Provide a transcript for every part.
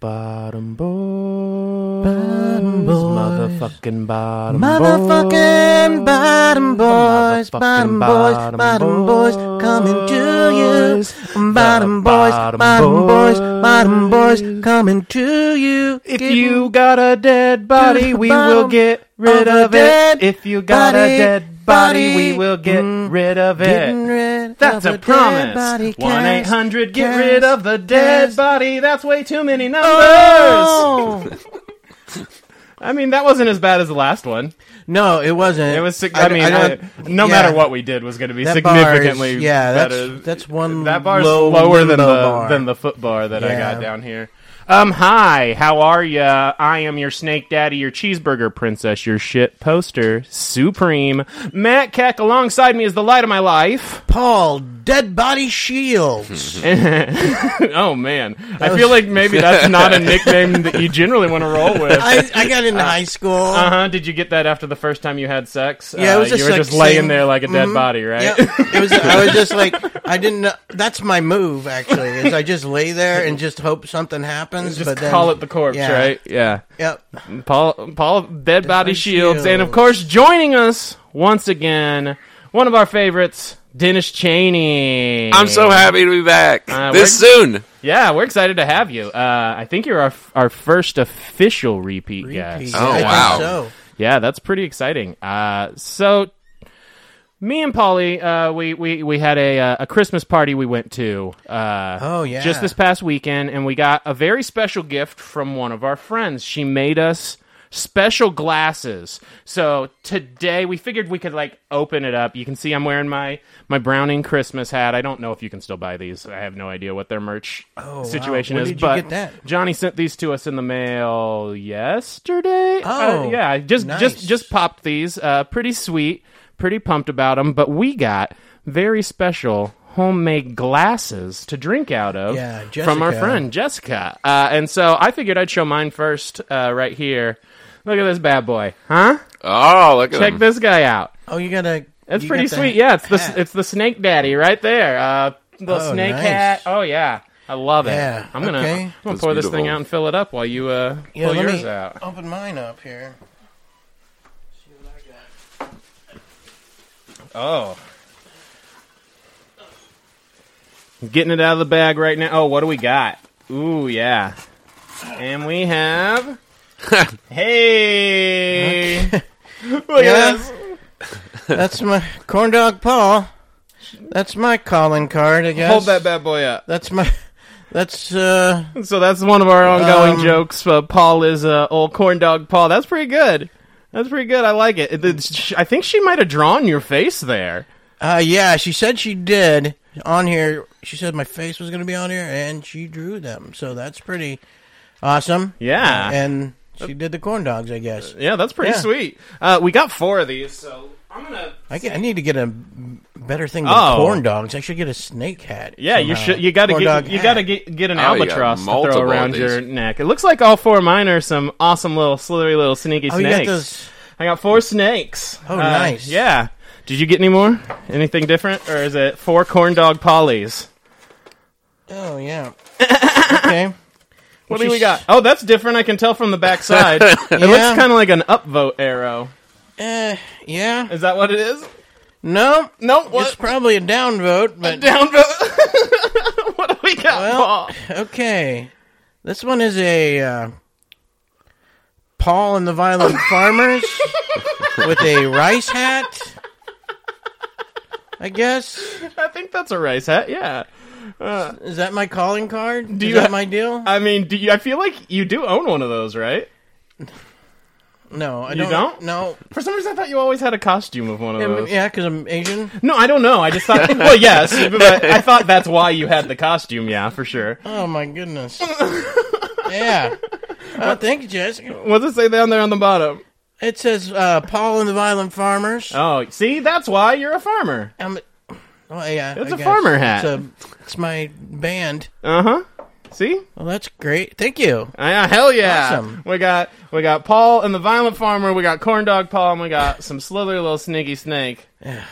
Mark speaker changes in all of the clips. Speaker 1: Bottom boys,
Speaker 2: Bottom boys.
Speaker 1: motherfucking bottom
Speaker 2: Motherfucking
Speaker 1: boys.
Speaker 2: bottom boys,
Speaker 1: Motherfucking
Speaker 2: bottom boys, bottom boys, coming to you. Bottom boys,
Speaker 1: bottom
Speaker 2: bottom boys, bottom boys,
Speaker 1: boys.
Speaker 2: coming to you.
Speaker 1: If
Speaker 2: Give
Speaker 1: you
Speaker 2: me
Speaker 1: got a dead body, we will
Speaker 2: bottom
Speaker 1: get rid
Speaker 2: of a
Speaker 1: of
Speaker 2: dead
Speaker 1: it. If you got
Speaker 2: body,
Speaker 1: a dead body, we
Speaker 2: body.
Speaker 1: will get
Speaker 2: Mm,
Speaker 1: rid of
Speaker 2: getting
Speaker 1: it.
Speaker 2: rid
Speaker 1: That's
Speaker 2: of
Speaker 1: a
Speaker 2: dead
Speaker 1: promise.
Speaker 2: body
Speaker 1: One eight
Speaker 2: cast.
Speaker 1: hundred. Get
Speaker 2: cast,
Speaker 1: rid of the dead
Speaker 2: cast.
Speaker 1: body. That's way too many numbers.
Speaker 2: Oh!
Speaker 1: I mean, that wasn't as bad as the last one.
Speaker 2: No, it wasn't.
Speaker 1: It was. sig- I, mean, I
Speaker 2: don't-
Speaker 1: no
Speaker 2: yeah.
Speaker 1: matter what we did was going to be
Speaker 2: That
Speaker 1: significantly
Speaker 2: bar's- yeah, that's-
Speaker 1: better.
Speaker 2: that's one
Speaker 1: That bar's
Speaker 2: low
Speaker 1: lower than the
Speaker 2: limbo bar.
Speaker 1: than the foot bar that I got
Speaker 2: Yeah.
Speaker 1: down here. Um, hi, how are ya? I am your snake daddy, your cheeseburger princess, your shit poster supreme. Matt Keck alongside me is the light of my life.
Speaker 2: Paul Dead Body Shields.
Speaker 1: oh man, I feel like maybe that's not a nickname that you generally want to roll with.
Speaker 2: I, I got into high school.
Speaker 1: Uh huh. Did you get that after the first time you had sex?
Speaker 2: Yeah, it
Speaker 1: Uh,
Speaker 2: was just
Speaker 1: you were
Speaker 2: like mm-hmm.
Speaker 1: just laying
Speaker 2: seeing-
Speaker 1: there like a dead body, right?
Speaker 2: Yeah, it was. I was just like, I didn't. know That's my move. Actually, is I just lay there and just hope something happens.
Speaker 1: just
Speaker 2: but then,
Speaker 1: call it the corpse,
Speaker 2: yeah.
Speaker 1: right? Yeah.
Speaker 2: Yep.
Speaker 1: Paul, Paul, dead body
Speaker 2: Body
Speaker 1: shields,
Speaker 2: Shields.
Speaker 1: and of course, joining us once again, one of our favorites, Dennis Cheney.
Speaker 3: I'm so happy to be back
Speaker 1: Uh,
Speaker 3: this soon.
Speaker 1: Yeah, we're excited to have you. Uh, I think you're our our first official repeat, guest.
Speaker 3: Oh,
Speaker 2: I
Speaker 3: wow.
Speaker 2: Think so.
Speaker 1: Yeah, that's pretty exciting. Uh, so, me and Polly, uh, we, we we had a uh, a Christmas party we went to. Uh,
Speaker 2: Oh, yeah.
Speaker 1: just this past weekend, and we got a very special gift from one of our friends. She made us special glasses. So today we figured we could like open it up. You can see I'm wearing my my Browning Christmas hat. I don't know if you can still buy these. I have no idea what their merch situation
Speaker 2: Where
Speaker 1: is.
Speaker 2: Oh, did you
Speaker 1: but
Speaker 2: get that?
Speaker 1: Johnny sent these to us in the mail yesterday.
Speaker 2: Oh,
Speaker 1: Uh, yeah, just just
Speaker 2: nice.
Speaker 1: just popped these. Uh, pretty sweet, pretty pumped about them. But we got very special homemade glasses to drink out of
Speaker 2: Yeah,
Speaker 1: from our
Speaker 2: Jessica.
Speaker 1: friend Jessica. Uh, and so I figured I'd show mine first, uh, right here. Look at this bad boy, huh?
Speaker 3: Oh, look at
Speaker 1: Check
Speaker 3: him.
Speaker 1: this guy out.
Speaker 2: Oh, you gotta.
Speaker 1: That's
Speaker 2: you
Speaker 1: pretty
Speaker 2: got
Speaker 1: sweet. Yeah, it's the
Speaker 2: hat.
Speaker 1: it's the snake daddy right there. Uh, the
Speaker 2: Oh,
Speaker 1: snake
Speaker 2: nice.
Speaker 1: hat. Oh yeah, I love it.
Speaker 2: Yeah,
Speaker 1: I'm gonna
Speaker 2: okay.
Speaker 1: I'm gonna
Speaker 3: That's
Speaker 1: pour this thing
Speaker 3: beautiful.
Speaker 1: out and fill it up while you uh,
Speaker 2: Yeah,
Speaker 1: pull
Speaker 2: let
Speaker 1: yours
Speaker 2: me
Speaker 1: out.
Speaker 2: open mine up here. See what I got.
Speaker 1: Oh. Getting it out of the bag right now. Oh, what do we got? Ooh, yeah. And we have. hey! Look at
Speaker 2: Yeah.
Speaker 1: this.
Speaker 2: That's my corn dog Paul. That's my calling card. I guess.
Speaker 1: Hold that bad boy up.
Speaker 2: That's my. That's uh.
Speaker 1: So that's one of our ongoing
Speaker 2: Um,
Speaker 1: jokes. Uh, Paul is uh, old corn dog Paul. That's pretty good. That's pretty good. I like it. It- it's- I think she might have drawn your face there.
Speaker 2: Uh, yeah, she said she did on here. She said my face was going to be on here, and she drew them. So that's pretty awesome.
Speaker 1: Yeah.
Speaker 2: and she did the corn dogs, I guess.
Speaker 1: Yeah, that's pretty
Speaker 2: Yeah.
Speaker 1: sweet. Uh, we got four of these, so I'm gonna.
Speaker 2: I, get- I need to get a better thing than
Speaker 1: Oh.
Speaker 2: corn dogs. I should get a snake hat.
Speaker 1: Yeah, you
Speaker 2: somehow.
Speaker 1: should. You got to
Speaker 2: Corn
Speaker 1: get.
Speaker 2: dog
Speaker 1: You
Speaker 2: hat.
Speaker 1: got to get get an
Speaker 3: Oh, you got
Speaker 1: albatross to
Speaker 3: multiple
Speaker 1: throw
Speaker 3: of
Speaker 1: around
Speaker 3: these.
Speaker 1: your neck. It looks like all four of mine are some awesome little slithery little sneaky
Speaker 2: Oh, you
Speaker 1: snakes.
Speaker 2: got those.
Speaker 1: I got four snakes. Uh,
Speaker 2: Oh, nice.
Speaker 1: Yeah. Did you get any more? Anything different, or is it four corn dog pollies?
Speaker 2: Oh yeah. okay.
Speaker 1: What do we got? Oh, that's different. I can tell from the backside. it
Speaker 2: Yeah.
Speaker 1: looks kind of like an upvote arrow.
Speaker 2: Uh, yeah.
Speaker 1: Is that what it is?
Speaker 2: No,
Speaker 1: No, what
Speaker 2: it's probably a downvote, but
Speaker 1: downvote? what do we got?
Speaker 2: Well-
Speaker 1: Paul?
Speaker 2: okay. This one is a uh, Paul and the Violent Farmers with a rice hat. I guess
Speaker 1: I think that's a rice hat. Yeah.
Speaker 2: is that my calling card? Do
Speaker 1: you
Speaker 2: is that
Speaker 1: ha- Uh,
Speaker 2: my deal?
Speaker 1: I mean, do you, I feel like you do own one of those, right?
Speaker 2: no, I
Speaker 1: you
Speaker 2: don't.
Speaker 1: don't?
Speaker 2: No.
Speaker 1: For some reason, I thought you always had a costume of one of those.
Speaker 2: Yeah, because I'm Asian.
Speaker 1: No, I don't know. I just thought. well, yes, but I thought that's why you had the costume. Yeah, for sure.
Speaker 2: Oh my goodness. yeah. Oh, thank you, Jessica.
Speaker 1: What does it say down there on the bottom?
Speaker 2: It says uh, Paul and the Violent Farmers.
Speaker 1: Oh, see, that's why you're a farmer.
Speaker 2: I'm, oh yeah,
Speaker 1: It's
Speaker 2: a
Speaker 1: a farmer hat.
Speaker 2: It's, a, it's my band.
Speaker 1: Uh huh. See, Ah,
Speaker 2: Well, that's great. Thank you.
Speaker 1: yeah, hell yeah.
Speaker 2: Awesome.
Speaker 1: We got we got Paul and the Violent Farmer. We got Corn Dog Paul, and we got some slithery little sneaky snake.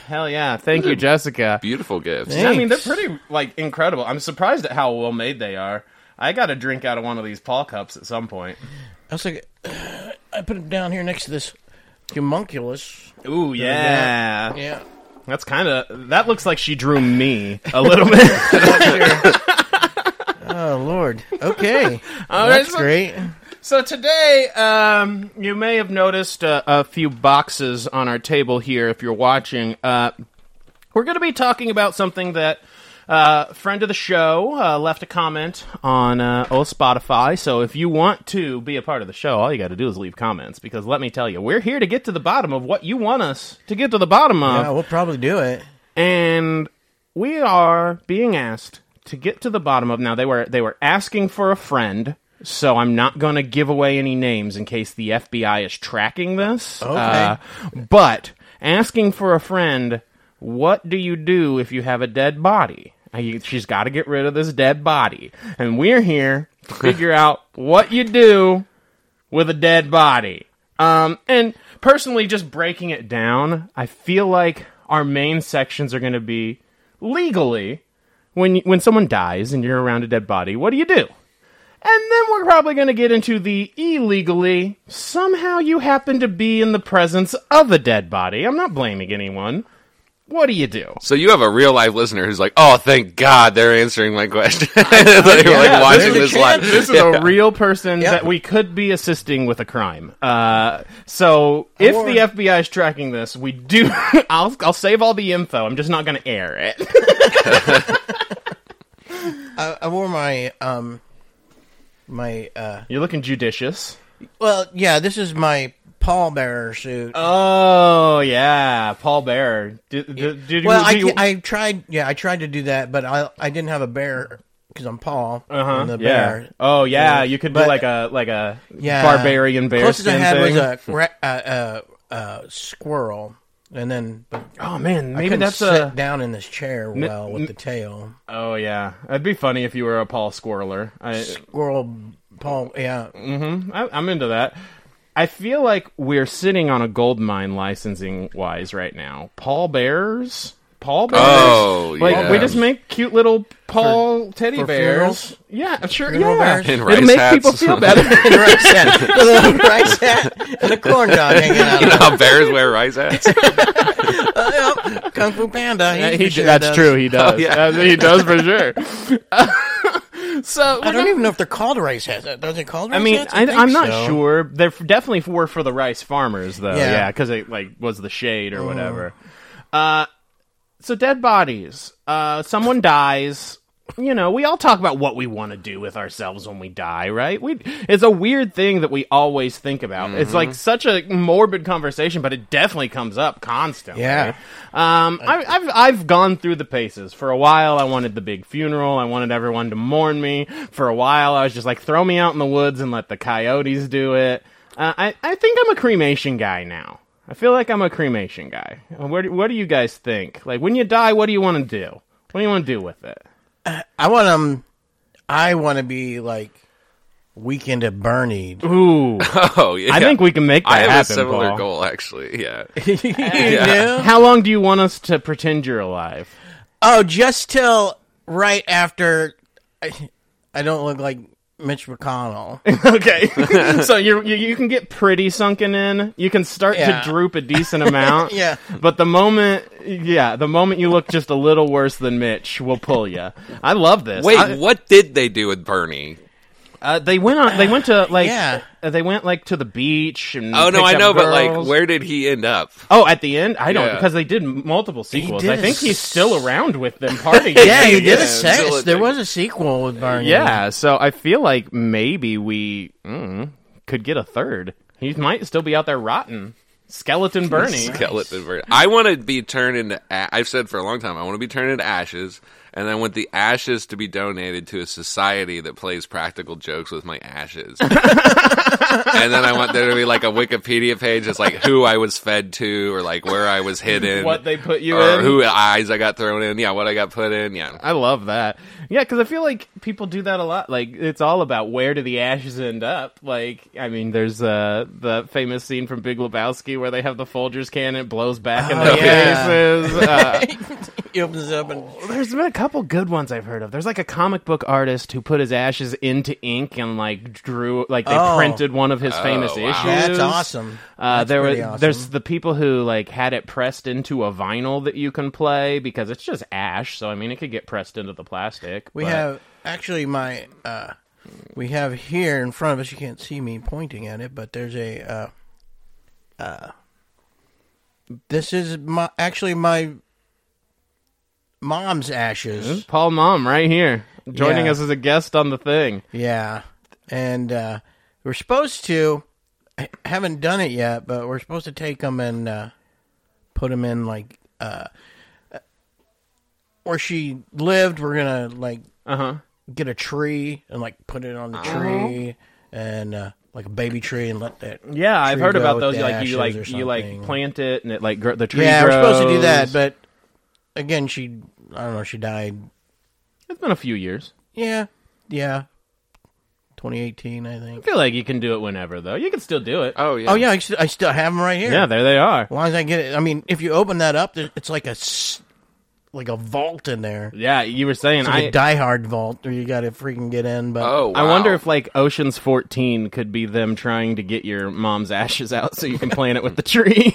Speaker 1: hell yeah! Thank you, Jessica.
Speaker 3: Beautiful gifts.
Speaker 2: Yeah.
Speaker 1: I mean, they're
Speaker 2: Thanks.
Speaker 1: pretty like incredible. I'm surprised at how well made they are. I got to drink out of one of these Paul cups at some point.
Speaker 2: I was like, I put it down here next to this homunculus.
Speaker 1: Ooh, yeah.
Speaker 2: Yeah.
Speaker 1: That's kind of. That looks like she drew me a little bit.
Speaker 2: Oh Lord. Okay.
Speaker 1: All right,
Speaker 2: That's
Speaker 1: so-
Speaker 2: great. Uh,
Speaker 1: So today, um, you may have noticed uh, a few boxes on our table here if you're watching. Uh, we're going to be talking about something that uh, friend of the show uh, left a comment on uh, old Spotify. So if you want to be a part of the show, all you got to do is leave comments because let me tell you, we're here to get to the bottom of what you want us to get to the bottom of
Speaker 2: Yeah, we'll probably do it.
Speaker 1: and we are being asked to get to the bottom of now they were they were asking for a friend so i'm not going to give away any names in case the fbi is tracking this okay. but asking for a friend what do you do if you have a dead body Uh, you- she's got to get rid of this dead body and we're here to figure out what you do with a dead body. Um, and personally, just breaking it down, I feel like our main sections are going to be legally when when someone dies and you're around a dead body, what do you do? And then we're probably going to get into the illegally. Somehow you happen to be in the presence of a dead body. I'm not blaming anyone. What do you do?
Speaker 3: So you have a real life listener who's like, "Oh, thank God, they're answering my question." They're like
Speaker 1: Yeah,
Speaker 3: watching
Speaker 2: there's
Speaker 3: this
Speaker 2: a
Speaker 3: live.
Speaker 2: chance.
Speaker 1: This is a real person that we could be assisting with a crime. Uh, so if
Speaker 2: Or-
Speaker 1: the FBI is tracking this, we do. I'll I'll save all the info. I'm just not going to air it.
Speaker 2: I, I wore my um my uh
Speaker 1: You're looking judicious.
Speaker 2: well yeah this is my pallbearer suit.
Speaker 1: Uh, Oh yeah, Paul Bear. Did, did, did
Speaker 2: well I,
Speaker 1: you,
Speaker 2: I tried yeah I tried to do that but I I didn't have a bear because I'm Paul
Speaker 1: uh-huh,
Speaker 2: and the
Speaker 1: yeah.
Speaker 2: bear.
Speaker 1: Oh yeah, you could
Speaker 2: But-
Speaker 1: do like a like a
Speaker 2: Yeah.
Speaker 1: barbarian bear
Speaker 2: Closest I
Speaker 1: skin
Speaker 2: had
Speaker 1: thing.
Speaker 2: was a ra- uh, uh, uh, squirrel and then but
Speaker 1: oh man,
Speaker 2: I
Speaker 1: maybe
Speaker 2: couldn't
Speaker 1: that's
Speaker 2: sit
Speaker 1: a.
Speaker 2: down in this chair well with the tail.
Speaker 1: Oh yeah, it'd be funny if you were a Paul Squirreler. I,
Speaker 2: Squirrel Paul yeah.
Speaker 1: I, I'm into that. I feel like we're sitting on a gold mine licensing wise right now. Paul Bears, Paul Bears.
Speaker 3: Oh,
Speaker 1: like
Speaker 3: yeah.
Speaker 1: we just make cute little Paul teddy
Speaker 2: for
Speaker 1: bears.
Speaker 2: funerals?
Speaker 1: Yeah, I'm sure.
Speaker 2: Funeral
Speaker 1: Yeah,
Speaker 2: bears? And
Speaker 1: it'll
Speaker 3: rice
Speaker 1: make
Speaker 3: hats.
Speaker 1: people feel better.
Speaker 2: and rice hat. With a little rice hat and a corn dog hanging out.
Speaker 3: You know how bears wear rice hats?
Speaker 2: Yep, Kung Fu Panda. He uh,
Speaker 1: He
Speaker 2: for sure
Speaker 1: d- that's
Speaker 2: does.
Speaker 1: true. He does.
Speaker 3: Oh, yeah.
Speaker 1: That's- he does for sure. so
Speaker 2: I don't even know if they're called rice hats. Are they called rice
Speaker 1: I mean,
Speaker 2: hats?
Speaker 1: I,
Speaker 2: think
Speaker 1: I'm not
Speaker 2: so.
Speaker 1: sure. They definitely were for the rice farmers, though.
Speaker 2: Yeah. Oh.
Speaker 1: Yeah, because it like was the shade or whatever. Uh, so dead bodies. Uh, someone dies. You know, we all talk about what we want to do with ourselves when we die, right? We it's a weird thing that we always think about. It's
Speaker 2: Mm-hmm.
Speaker 1: like such a morbid conversation, but it definitely comes up constantly.
Speaker 2: Yeah.
Speaker 1: Um, I, I've I've gone through the paces. For a while, I wanted the big funeral. I wanted everyone to mourn me. For a while, I was just like, throw me out in the woods and let the coyotes do it. Uh, I I think I'm a cremation guy now. I feel like I'm a cremation guy. Uh, What do, what do you guys think? Like when you die, what do you want to do? What do you want to do with it?
Speaker 2: I want um, I want to be like weekend at Bernie.
Speaker 1: Ooh,
Speaker 3: Oh yeah.
Speaker 1: I think we can make that
Speaker 3: I have
Speaker 1: happen.
Speaker 3: a similar
Speaker 1: Paul.
Speaker 3: goal actually. Yeah.
Speaker 1: How long do you want us to pretend you're alive?
Speaker 2: Oh, just till right after. I, I don't look like Mitch McConnell.
Speaker 1: Okay, so you're, you you can get pretty sunken in. You can start
Speaker 2: Yeah.
Speaker 1: to droop a decent amount.
Speaker 2: Yeah.
Speaker 1: but the moment, yeah, the moment you look just a little worse than Mitch, will pull you. I love this.
Speaker 3: Wait,
Speaker 1: I-
Speaker 3: what did they do with Bernie?
Speaker 1: uh, they went on. They went to like.
Speaker 2: Yeah.
Speaker 1: uh, they went like to the beach and.
Speaker 3: Oh no,
Speaker 1: picked
Speaker 3: I
Speaker 1: up
Speaker 3: know, but like,
Speaker 1: girls.
Speaker 3: where did he end up?
Speaker 1: Oh, at the end, I don't
Speaker 3: Yeah.
Speaker 1: because they did m- multiple sequels.
Speaker 2: did
Speaker 1: I
Speaker 2: a
Speaker 1: think he's
Speaker 2: s-
Speaker 1: still around with them partying.
Speaker 2: Yeah, you did a
Speaker 3: yeah,
Speaker 2: sex.
Speaker 3: still a
Speaker 2: There
Speaker 3: thing.
Speaker 2: was a sequel with Bernie.
Speaker 1: Yeah, so I feel like maybe we mm, could get a third. He might still be out there rotten. Skeleton Bernie.
Speaker 3: skeleton version. I want to be turned into. A- I've said for a long time. I want to be turned into ashes, and I want the ashes to be donated to a society that plays practical jokes with my ashes. and then I want there to be like a Wikipedia page that's like who I was fed to, or like where I was hidden,
Speaker 1: What they put you
Speaker 3: or
Speaker 1: in.
Speaker 3: who eyes I got thrown in. Yeah, what I got put in. Yeah.
Speaker 1: I love that. Yeah, because I feel like people do that a lot. Like it's all about where do the ashes end up. Like I mean, there's uh, the famous scene from Big Lebowski where they have the Folgers can and it blows back in
Speaker 2: Oh,
Speaker 1: their
Speaker 2: yeah.
Speaker 1: faces. Uh,
Speaker 2: He opens it up and
Speaker 1: There's been a couple good ones I've heard of. There's like a comic book artist who put his ashes into ink and like drew, like they
Speaker 2: Oh.
Speaker 1: printed one of his famous
Speaker 3: wow.
Speaker 1: issues.
Speaker 2: that's awesome.
Speaker 1: Uh,
Speaker 2: That's
Speaker 1: there were
Speaker 2: pretty awesome.
Speaker 1: there's the people who like had it pressed into a vinyl that you can play because it's just ash. So I mean, it could get pressed into the plastic.
Speaker 2: We
Speaker 1: but-
Speaker 2: have actually my uh, we have here in front of us. You can't see me pointing at it, but there's a. Uh, uh, this is my actually my mom's ashes.
Speaker 1: Paul Mom right here joining
Speaker 2: Yeah.
Speaker 1: us as a guest on the thing.
Speaker 2: Yeah, and uh, we're supposed to. I haven't done it yet, but we're supposed to take them and uh, put them in like uh, where she lived. We're gonna like
Speaker 1: Uh huh.
Speaker 2: get a tree and like put it on the
Speaker 1: Uh-huh.
Speaker 2: tree and uh, like a baby tree and let that.
Speaker 1: Yeah, I've
Speaker 2: tree
Speaker 1: heard
Speaker 2: grow
Speaker 1: about
Speaker 2: with
Speaker 1: those.
Speaker 2: the
Speaker 1: Like you
Speaker 2: ashes
Speaker 1: like
Speaker 2: or
Speaker 1: you like
Speaker 2: something.
Speaker 1: plant it and it like gr- the tree.
Speaker 2: Yeah, we're supposed to do that,
Speaker 1: grows.
Speaker 2: but again, she I don't know. She died.
Speaker 1: it's been a few years.
Speaker 2: Yeah, yeah, 2018, I think.
Speaker 1: I feel like you can do it whenever though. You can still do it.
Speaker 3: Oh yeah.
Speaker 2: Oh yeah, I, st- I still have them right here.
Speaker 1: yeah, there they are.
Speaker 2: As long as I get it, I mean, if you open that up, there, it's like a s- like a vault in there,
Speaker 1: Yeah, you were saying
Speaker 2: it's like a
Speaker 1: I.
Speaker 2: Die Hard vault, where you got to freaking get in. But
Speaker 3: Oh.
Speaker 1: I
Speaker 3: wow.
Speaker 1: wonder if like Ocean's 14 could be them trying to get your mom's ashes out so you can plant it with the tree.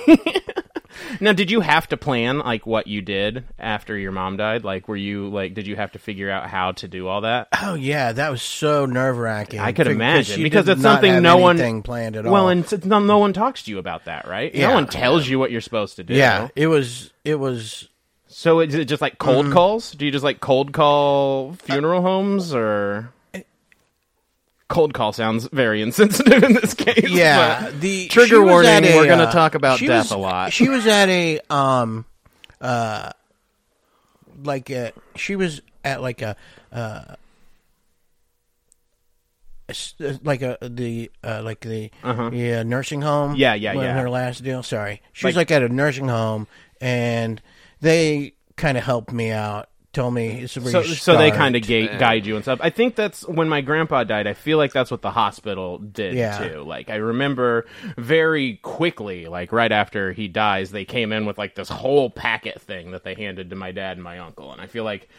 Speaker 1: now, did you have to plan like what you did after your mom died? Like were you like did you have to figure out how to do all that?
Speaker 2: Oh, yeah, that was so nerve wracking.
Speaker 1: I could imagine, because it's something no one-
Speaker 2: planned at all.
Speaker 1: Well, and since no, no one talks to you about that, right? No
Speaker 2: Yeah.
Speaker 1: one tells you what you're supposed to do.
Speaker 2: yeah, it was it was
Speaker 1: So is it just like cold calls? Do you just like cold call funeral homes or cold call sounds very insensitive in this case.
Speaker 2: yeah
Speaker 1: but-
Speaker 2: the
Speaker 1: Trigger
Speaker 2: she was
Speaker 1: warning,
Speaker 2: at
Speaker 1: we're gonna
Speaker 2: uh,
Speaker 1: talk about
Speaker 2: she
Speaker 1: death
Speaker 2: was-
Speaker 1: a lot.
Speaker 2: she was at a um uh like a, she was at like a uh s- like a the uh like the yeah nursing home
Speaker 1: Uh-huh. Yeah, yeah,
Speaker 2: when
Speaker 1: yeah.
Speaker 2: her last deal sorry she was like at a nursing home and they kind of helped me out told me it's
Speaker 1: so, so they kind of ga- guide you and stuff. I think that's when my grandpa died. I feel like that's what the hospital did
Speaker 2: Yeah.
Speaker 1: too. Like I remember very quickly, like right after he dies, they came in with like this whole packet thing that they handed to my dad and my uncle, and I feel like.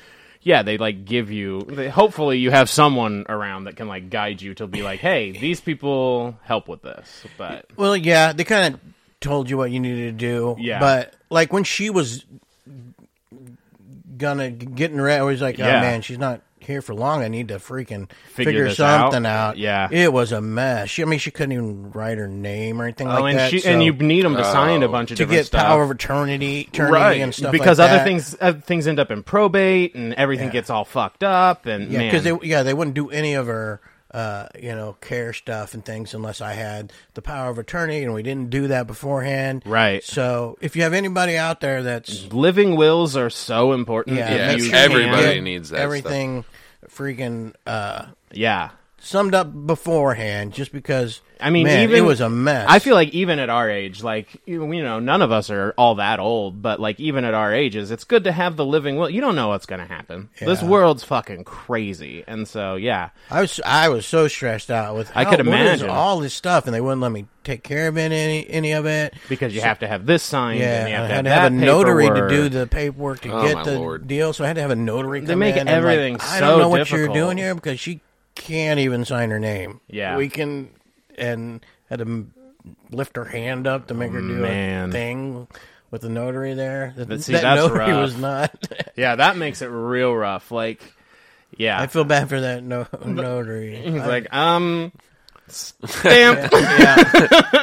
Speaker 1: Yeah, they like give you. They, hopefully, you have someone around that can like guide you to be like, "Hey, these people help with this." But
Speaker 2: Well, yeah, they kind of told you what you needed to do.
Speaker 1: Yeah.
Speaker 2: But like when she was gonna getting ready, I was like, oh
Speaker 1: Yeah.
Speaker 2: man, she's not here for long. I need to freaking
Speaker 1: Figure
Speaker 2: figure,
Speaker 1: this
Speaker 2: something
Speaker 1: out.
Speaker 2: out.
Speaker 1: Yeah.
Speaker 2: It was a mess. She, I mean, she couldn't even write her name or anything
Speaker 1: oh,
Speaker 2: like
Speaker 1: and
Speaker 2: that.
Speaker 1: she
Speaker 2: so
Speaker 1: and you need them to sign a
Speaker 3: Oh.
Speaker 1: bunch of
Speaker 2: to
Speaker 1: different
Speaker 2: get
Speaker 1: stuff.
Speaker 2: power of eternity, eternity and stuff
Speaker 1: because
Speaker 2: like
Speaker 1: other
Speaker 2: that.
Speaker 1: things other things end up in probate and everything
Speaker 2: Yeah.
Speaker 1: gets all fucked up and
Speaker 2: Yeah,
Speaker 1: man,
Speaker 2: because they yeah they wouldn't do any of her uh, you know care stuff and things unless I had the power of attorney, and we didn't do that beforehand.
Speaker 1: Right.
Speaker 2: So if you have anybody out there that's
Speaker 1: living wills are so important.
Speaker 2: yeah,
Speaker 1: if
Speaker 3: Yeah,
Speaker 2: that's
Speaker 1: you
Speaker 3: true.
Speaker 1: can-
Speaker 3: everybody
Speaker 2: Yeah,
Speaker 3: needs that
Speaker 2: everything freaking uh,
Speaker 1: Yeah.
Speaker 2: summed up beforehand, just because.
Speaker 1: I mean,
Speaker 2: man,
Speaker 1: even
Speaker 2: it was a mess.
Speaker 1: I feel like even at our age, like you you know, none of us are all that old, but like even at our ages, it's good to have the living will. You don't know what's going to happen. This
Speaker 2: Yeah.
Speaker 1: world's fucking crazy, and so yeah,
Speaker 2: I was I was so stressed out with
Speaker 1: I
Speaker 2: how-
Speaker 1: could
Speaker 2: what is
Speaker 1: imagine.
Speaker 2: all this stuff, and they wouldn't let me take care of it, any any of it.
Speaker 1: because you have to have this signed.
Speaker 2: Yeah,
Speaker 1: and you have
Speaker 2: I
Speaker 1: to
Speaker 2: had
Speaker 1: have,
Speaker 2: to have a
Speaker 1: that
Speaker 2: notary to do
Speaker 1: paperwork.
Speaker 2: the paperwork to
Speaker 3: Oh, my
Speaker 2: get the
Speaker 3: Lord.
Speaker 2: deal, so I had to have a notary. Come
Speaker 1: make
Speaker 2: in and,
Speaker 1: everything
Speaker 2: like, I
Speaker 1: so
Speaker 2: don't know what
Speaker 1: difficult.
Speaker 2: you're doing here because she can't even sign her name.
Speaker 1: Yeah.
Speaker 2: we can, and had to m- lift her hand up to make her do
Speaker 1: Man.
Speaker 2: a thing with the notary there. That,
Speaker 1: But see,
Speaker 2: that
Speaker 1: that's
Speaker 2: notary
Speaker 1: rough.
Speaker 2: was not.
Speaker 1: Yeah, that makes it real rough. Like, yeah,
Speaker 2: I feel bad for that no- notary.
Speaker 1: He's
Speaker 2: I-
Speaker 1: like, um, stamp.
Speaker 2: yeah,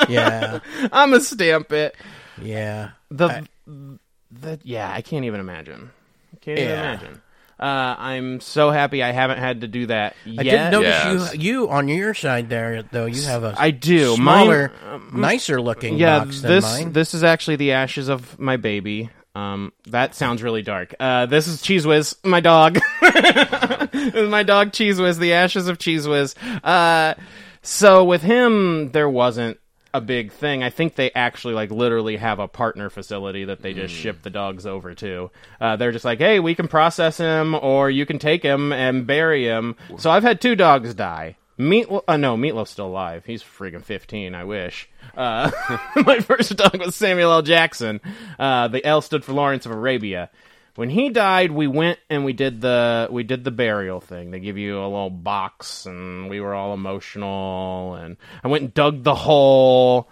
Speaker 2: yeah,
Speaker 1: I'm gonna stamp it.
Speaker 2: yeah.
Speaker 1: The, the, yeah, I can't even imagine. I can't even
Speaker 2: Yeah.
Speaker 1: imagine. Uh, I'm so happy I haven't had to do that
Speaker 2: I
Speaker 1: yet.
Speaker 2: did notice
Speaker 3: Yes.
Speaker 2: you, you on your side there though. You have a
Speaker 1: I do.
Speaker 2: smaller,
Speaker 1: Mine- um,
Speaker 2: nicer looking
Speaker 1: yeah,
Speaker 2: box
Speaker 1: this
Speaker 2: than mine.
Speaker 1: this is actually the ashes of my baby. Um, that sounds really dark. Uh, this is Cheese Whiz, my dog. This is my dog Cheese Whiz, the ashes of Cheese Whiz. Uh, so with him, there wasn't a big thing. I think they actually like literally have a partner facility that they
Speaker 2: Hmm.
Speaker 1: just ship the dogs over to. Uh, they're just like, hey, we can process him, or you can take him and bury him. So I've had two dogs die. Meat, uh, no, Meatloaf's still alive. He's freaking fifteen. I wish. Uh, my first dog was Samuel L. Jackson. Uh, the L stood for Lawrence of Arabia. when he died, we went and we did the we did the burial thing. They give you a little box, and we were all emotional. And I went and dug the hole.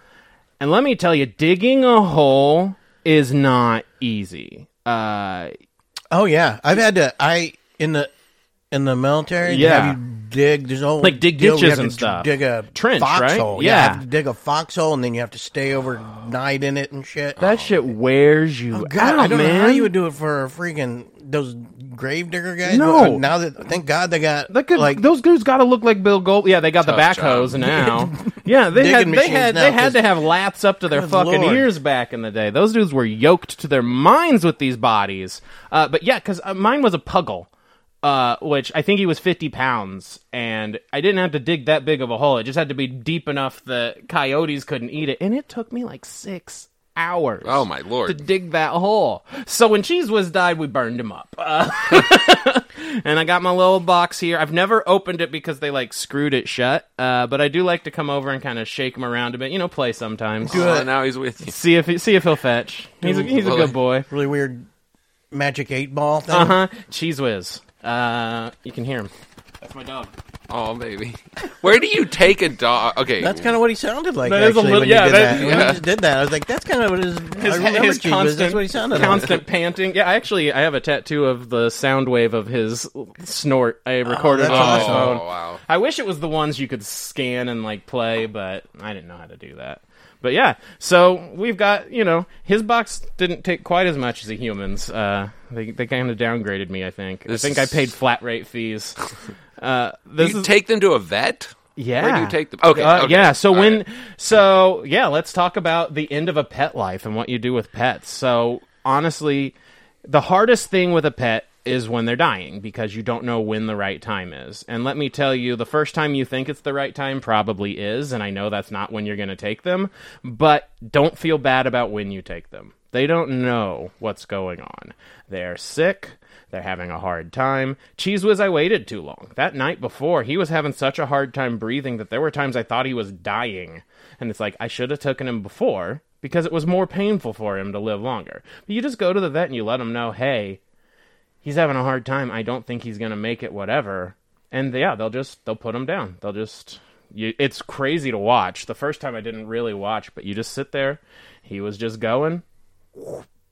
Speaker 1: And let me tell you, digging a hole is not easy. Uh,
Speaker 2: Oh yeah, I've had to. I in the in the military. they
Speaker 1: Yeah.
Speaker 2: have you dig. There's all
Speaker 1: Like dig
Speaker 2: deal where you
Speaker 1: ditches
Speaker 2: have
Speaker 1: and
Speaker 2: to
Speaker 1: stuff.
Speaker 2: Dig a
Speaker 1: Trench, right?
Speaker 2: foxhole.
Speaker 1: Yeah.
Speaker 2: you have to dig a foxhole, and then you have to stay overnight in it and shit.
Speaker 1: that shit wears you
Speaker 2: Oh, God,
Speaker 1: out,
Speaker 2: I don't
Speaker 1: man.
Speaker 2: know how you would do it for a freaking those gravedigger guys.
Speaker 1: No.
Speaker 2: but now that thank God they got
Speaker 1: That could,
Speaker 2: like
Speaker 1: those dudes got to look like Bill Gold. Yeah, they got the
Speaker 3: Tough
Speaker 1: backhoes
Speaker 3: job.
Speaker 1: now. yeah, they
Speaker 2: Digging
Speaker 1: had they
Speaker 2: machines
Speaker 1: had
Speaker 2: now,
Speaker 1: they had
Speaker 2: 'cause-
Speaker 1: to have laths up to their
Speaker 2: Good
Speaker 1: fucking
Speaker 2: Lord.
Speaker 1: ears back in the day. Those dudes were yoked to their minds with these bodies. Uh, but yeah, because uh, mine was a puggle, uh, which I think he was fifty pounds, and I didn't have to dig that big of a hole. It just had to be deep enough that coyotes couldn't eat it, and it took me like six hours
Speaker 3: Oh my lord!
Speaker 1: to dig that hole. So when Cheese Whiz died, we burned him up. Uh, and I got my little box here. I've never opened it because they like screwed it shut. Uh, but I do like to come over and kind of shake him around a bit. You know, play sometimes.
Speaker 3: Oh, now he's with you.
Speaker 1: See if he, see if he'll fetch. He's a, he's a good boy.
Speaker 2: really weird magic eight ball thing.
Speaker 1: Uh huh. Cheese Whiz. Uh, you can hear him. That's my dog.
Speaker 3: Oh baby, where do you take a dog? Okay,
Speaker 2: That's kind of what he sounded like.
Speaker 1: That is a
Speaker 2: actually,
Speaker 1: little-
Speaker 2: when you
Speaker 1: yeah,
Speaker 2: did
Speaker 1: that-
Speaker 2: that, when
Speaker 3: yeah.
Speaker 2: he just did that, I was like, that's kind of what his. I
Speaker 1: his,
Speaker 2: remember
Speaker 1: his
Speaker 2: Cheese Whiz,
Speaker 1: constant,
Speaker 2: That's what he sounded
Speaker 1: constant panting. Yeah, I actually I have a tattoo of the sound wave of his snort. I recorded
Speaker 2: that's
Speaker 1: on my
Speaker 2: awesome.
Speaker 1: phone.
Speaker 3: Oh, wow.
Speaker 1: I wish it was the ones you could scan and like play, but I didn't know how to do that. But yeah, so we've got you know his box didn't take quite as much as a human's. Uh, they they kind of downgraded me. I think.
Speaker 3: This
Speaker 1: I think I
Speaker 3: is-
Speaker 1: paid flat rate fees. Uh, this
Speaker 3: you
Speaker 1: is
Speaker 3: take them to a vet.
Speaker 1: yeah.
Speaker 3: Where do you take them? Okay,
Speaker 1: Uh,
Speaker 3: okay.
Speaker 1: Yeah. So
Speaker 3: All
Speaker 1: when,
Speaker 3: right.
Speaker 1: so yeah, let's talk about the end of a pet life and what you do with pets. So honestly, the hardest thing with a pet is when they're dying because you don't know when the right time is. And let me tell you, the first time you think it's the right time probably is, and I know that's not when you're going to take them, but don't feel bad about when you take them. They don't know what's going on. They're sick. They're having a hard time. Cheese Whiz, I waited too long. That night before, he was having such a hard time breathing that there were times I thought he was dying. And it's like, I should have taken him before because it was more painful for him to live longer. But you just go to the vet and you let him know, hey, he's having a hard time. I don't think he's going to make it, whatever. And yeah, they'll just, they'll put him down. They'll just, you, it's crazy to watch. The first time I didn't really watch, but you just sit there. He was just going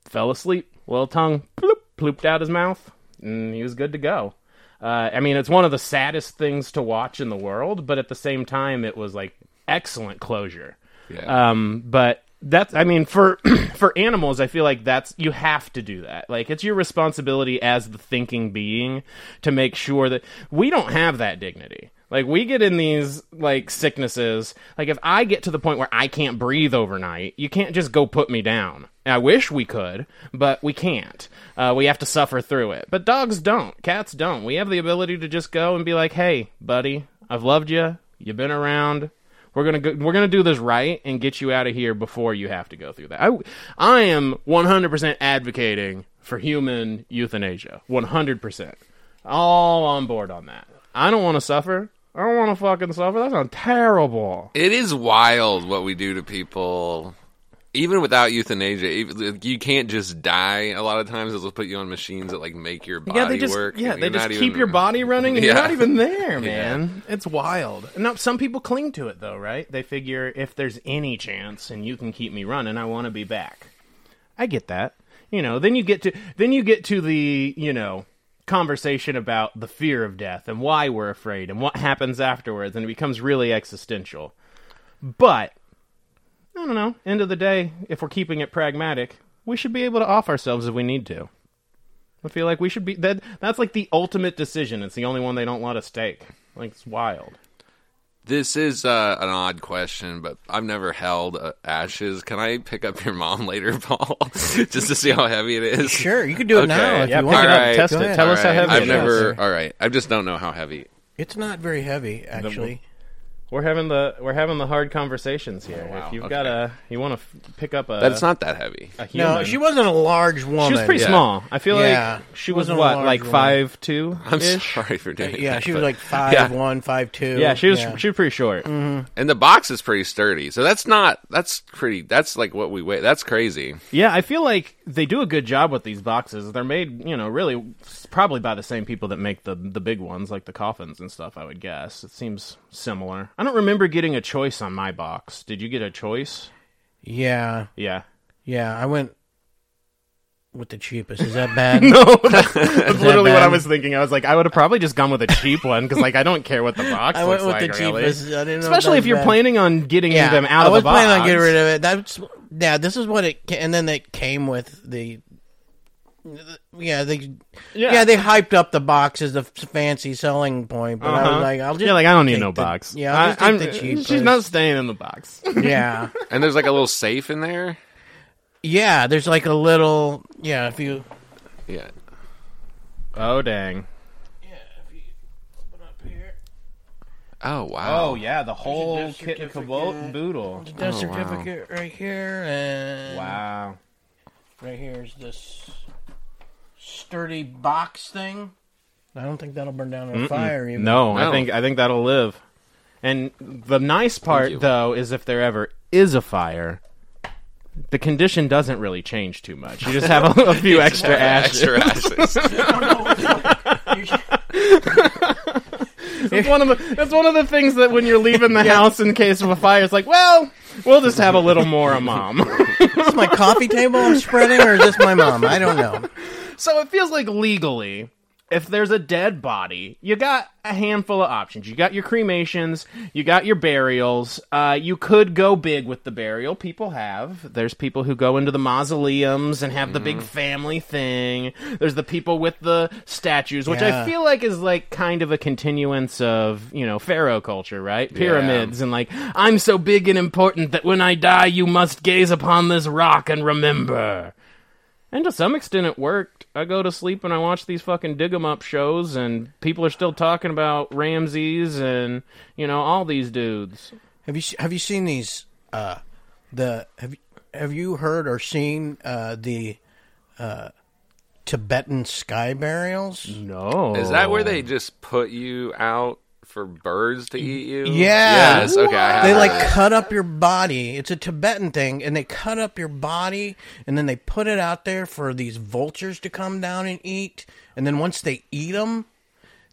Speaker 1: fell asleep, little tongue bloop, plooped out his mouth, and he was good to go. Uh, I mean, it's one of the saddest things to watch in the world, but at the same time, it was like excellent closure.
Speaker 3: Yeah.
Speaker 1: Um, but that's, I mean, for for animals, I feel like that's you have to do that. Like it's your responsibility as the thinking being to make sure that we don't have that dignity. Like we get in these like sicknesses. Like if I get to the point where I can't breathe overnight, you can't just go put me down. And I wish we could, but we can't. Uh, we have to suffer through it. But dogs don't. Cats don't. We have the ability to just go and be like, "Hey, buddy, I've loved you. You've been around. We're gonna go, we're gonna do this right and get you out of here before you have to go through that. I I am 100% advocating for human euthanasia. 100%. All on board on that. I don't want to suffer. I don't want to fucking suffer. That sounds terrible.
Speaker 3: It is wild what we do to people, even without euthanasia. Even, like, you can't just die. A lot of times, they'll put you on machines that like make your body
Speaker 1: yeah, they just
Speaker 3: work.
Speaker 1: yeah,
Speaker 3: and
Speaker 1: they
Speaker 3: you're
Speaker 1: just
Speaker 3: not
Speaker 1: keep
Speaker 3: even-
Speaker 1: your body running, and you're
Speaker 3: Yeah.
Speaker 1: not even there, man. It's wild. No, some people cling to it though, right? They figure if there's any chance, and you can keep me running, I want to be back. I get that. You know, then you get to then you get to the you know conversation about the fear of death and why we're afraid and what happens afterwards, and it becomes really existential. But I don't know. End of the day, if we're keeping it pragmatic, we should be able to off ourselves if we need to. I feel like we should be that. That's like the ultimate decision. It's the only one they don't let us take. Like it's wild.
Speaker 3: This is uh, an odd question, but I've never held uh, ashes. Can I pick up your mom later, Paul, just to see how heavy it is?
Speaker 2: Sure, you could do it now if
Speaker 1: Yeah,
Speaker 2: you
Speaker 1: pick
Speaker 2: want.
Speaker 1: it up,
Speaker 3: Alright,
Speaker 1: test it.
Speaker 2: go
Speaker 1: Tell
Speaker 2: ahead.
Speaker 1: us how
Speaker 3: Alright,
Speaker 1: heavy
Speaker 3: I've
Speaker 1: it is.
Speaker 3: never. All right, I just don't know how heavy.
Speaker 2: It's not very heavy, actually.
Speaker 1: We're having the we're having the hard conversations here.
Speaker 3: Oh, wow.
Speaker 1: If you've
Speaker 3: Okay.
Speaker 1: got a you want to f- pick up a
Speaker 3: That's not that heavy.
Speaker 1: a human.
Speaker 2: No, she wasn't a large woman.
Speaker 1: She was pretty
Speaker 3: Yeah.
Speaker 1: small. I feel
Speaker 2: Yeah.
Speaker 1: like she was
Speaker 2: Wasn't a
Speaker 1: what,
Speaker 2: large
Speaker 1: like
Speaker 2: woman.
Speaker 1: five two.
Speaker 3: I'm sorry for doing
Speaker 2: Yeah,
Speaker 3: that,
Speaker 2: she was
Speaker 3: but-
Speaker 2: like five
Speaker 3: Yeah.
Speaker 2: one, five two.
Speaker 1: Yeah, she was she was pretty short.
Speaker 3: And the box is pretty sturdy. So that's not that's pretty that's like what we weigh. That's crazy.
Speaker 1: Yeah, I feel like they do a good job with these boxes. They're made, you know, really s- probably by the same people that make the the big ones, like the coffins and stuff. I would guess it seems similar. I don't remember getting a choice on my box. Did you get a choice?
Speaker 2: yeah,
Speaker 1: Yeah.
Speaker 2: yeah. I went with the cheapest. Is that bad?
Speaker 1: No, that's, that's literally what I
Speaker 2: bad?
Speaker 1: was thinking. I was like, I would have probably just gone with a cheap one because, like, I don't care what the box
Speaker 2: I
Speaker 1: looks
Speaker 2: went with
Speaker 1: like.
Speaker 2: the
Speaker 1: really.
Speaker 2: cheapest. I didn't know
Speaker 1: especially
Speaker 2: that
Speaker 1: if
Speaker 2: was
Speaker 1: you're
Speaker 2: bad.
Speaker 1: planning on getting them out
Speaker 2: I
Speaker 1: of
Speaker 2: was
Speaker 1: the box.
Speaker 2: planning on getting rid of it. That's yeah. This is what it. ca- And then it came with the. Yeah, they.
Speaker 1: Yeah.
Speaker 2: Yeah. they hyped up the box as the f- fancy selling point, but I
Speaker 1: Uh-huh.
Speaker 2: was like, I'll just
Speaker 1: yeah, like I don't need
Speaker 2: take
Speaker 1: no
Speaker 2: the-
Speaker 1: box.
Speaker 2: Yeah, I'll just
Speaker 1: I, am
Speaker 2: take the cheapest.
Speaker 1: she's not staying in the box.
Speaker 2: Yeah,
Speaker 3: And there's like a little safe in there.
Speaker 2: yeah. There's like a little. Yeah, if you.
Speaker 3: Yeah.
Speaker 1: oh dang!
Speaker 2: Yeah, if you open up here.
Speaker 3: Oh wow.
Speaker 1: Oh yeah, the whole
Speaker 2: death
Speaker 1: kit and
Speaker 2: certificate.
Speaker 1: cabote and boodle.
Speaker 2: Death
Speaker 3: Oh, wow.
Speaker 2: certificate right here, and
Speaker 1: Wow.
Speaker 2: right here is this sturdy box thing. I don't think that'll burn down in a fire. Even.
Speaker 1: No, I
Speaker 3: No.
Speaker 1: think I think that'll live. And the nice part
Speaker 3: you.
Speaker 1: though is if there ever is a fire, the condition doesn't really change too much. You just have a, a few extra ashes.
Speaker 3: Extra ashes.
Speaker 1: That's one of the that's one of the things that when you're leaving the house in case of a fire, it's like, well, we'll just have a little more, a mom.
Speaker 2: Is this my coffee table I'm spreading, or is this my mom? I don't know.
Speaker 1: So it feels like legally, if there's a dead body, you got a handful of options. You got your cremations, you got your burials. Uh, you could go big with the burial. People have. There's people who go into the mausoleums and have the big family thing. There's the people with the statues, which I
Speaker 2: Yeah.
Speaker 1: feel like is like kind of a continuance of you know pharaoh culture, right? Pyramids and like I'm so big and important that when I die, you must gaze upon this rock and remember. And to some extent, it worked. I go to sleep and I watch these fucking dig 'em up shows, and people are still talking about Ramses and you know all these dudes.
Speaker 2: Have you have you seen these? Uh, the have you, have you heard or seen uh, the uh, Tibetan sky burials?
Speaker 1: No,
Speaker 3: Is that where they just put you out for birds to eat you?
Speaker 2: Yeah.
Speaker 3: Yes. Okay. I have
Speaker 2: They like
Speaker 3: heard of
Speaker 2: cut up your body. It's a Tibetan thing, and they cut up your body, and then they put it out there for these vultures to come down and eat. And then once they eat them,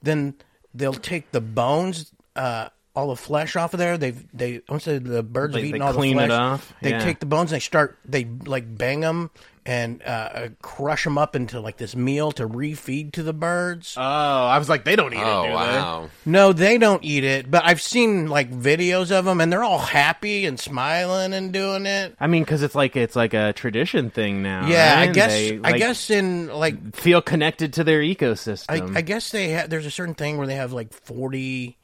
Speaker 2: then they'll take the bones, uh, all the flesh off of there. They they once the, the birds have
Speaker 1: They-
Speaker 2: eaten
Speaker 1: they
Speaker 2: all
Speaker 1: clean
Speaker 2: the
Speaker 1: it
Speaker 2: flesh,
Speaker 1: off?
Speaker 2: they
Speaker 1: Yeah.
Speaker 2: take the bones and they start they like bang them and uh, uh, crush them up into like this meal to refeed to the birds.
Speaker 1: Oh, I was like, they don't eat
Speaker 3: that.
Speaker 1: it.
Speaker 3: Oh
Speaker 1: do
Speaker 3: wow.
Speaker 2: No, they don't eat it, but I've seen like videos of them, and they're all happy and smiling and doing it.
Speaker 1: They? I mean, because it's like it's like a tradition thing now.
Speaker 2: Yeah, I
Speaker 1: right?
Speaker 2: guess.
Speaker 1: They,
Speaker 2: I
Speaker 1: like,
Speaker 2: guess in like,
Speaker 1: feel connected to their
Speaker 2: I,
Speaker 1: ecosystem.
Speaker 2: I guess they have. There's a certain thing where they have like forty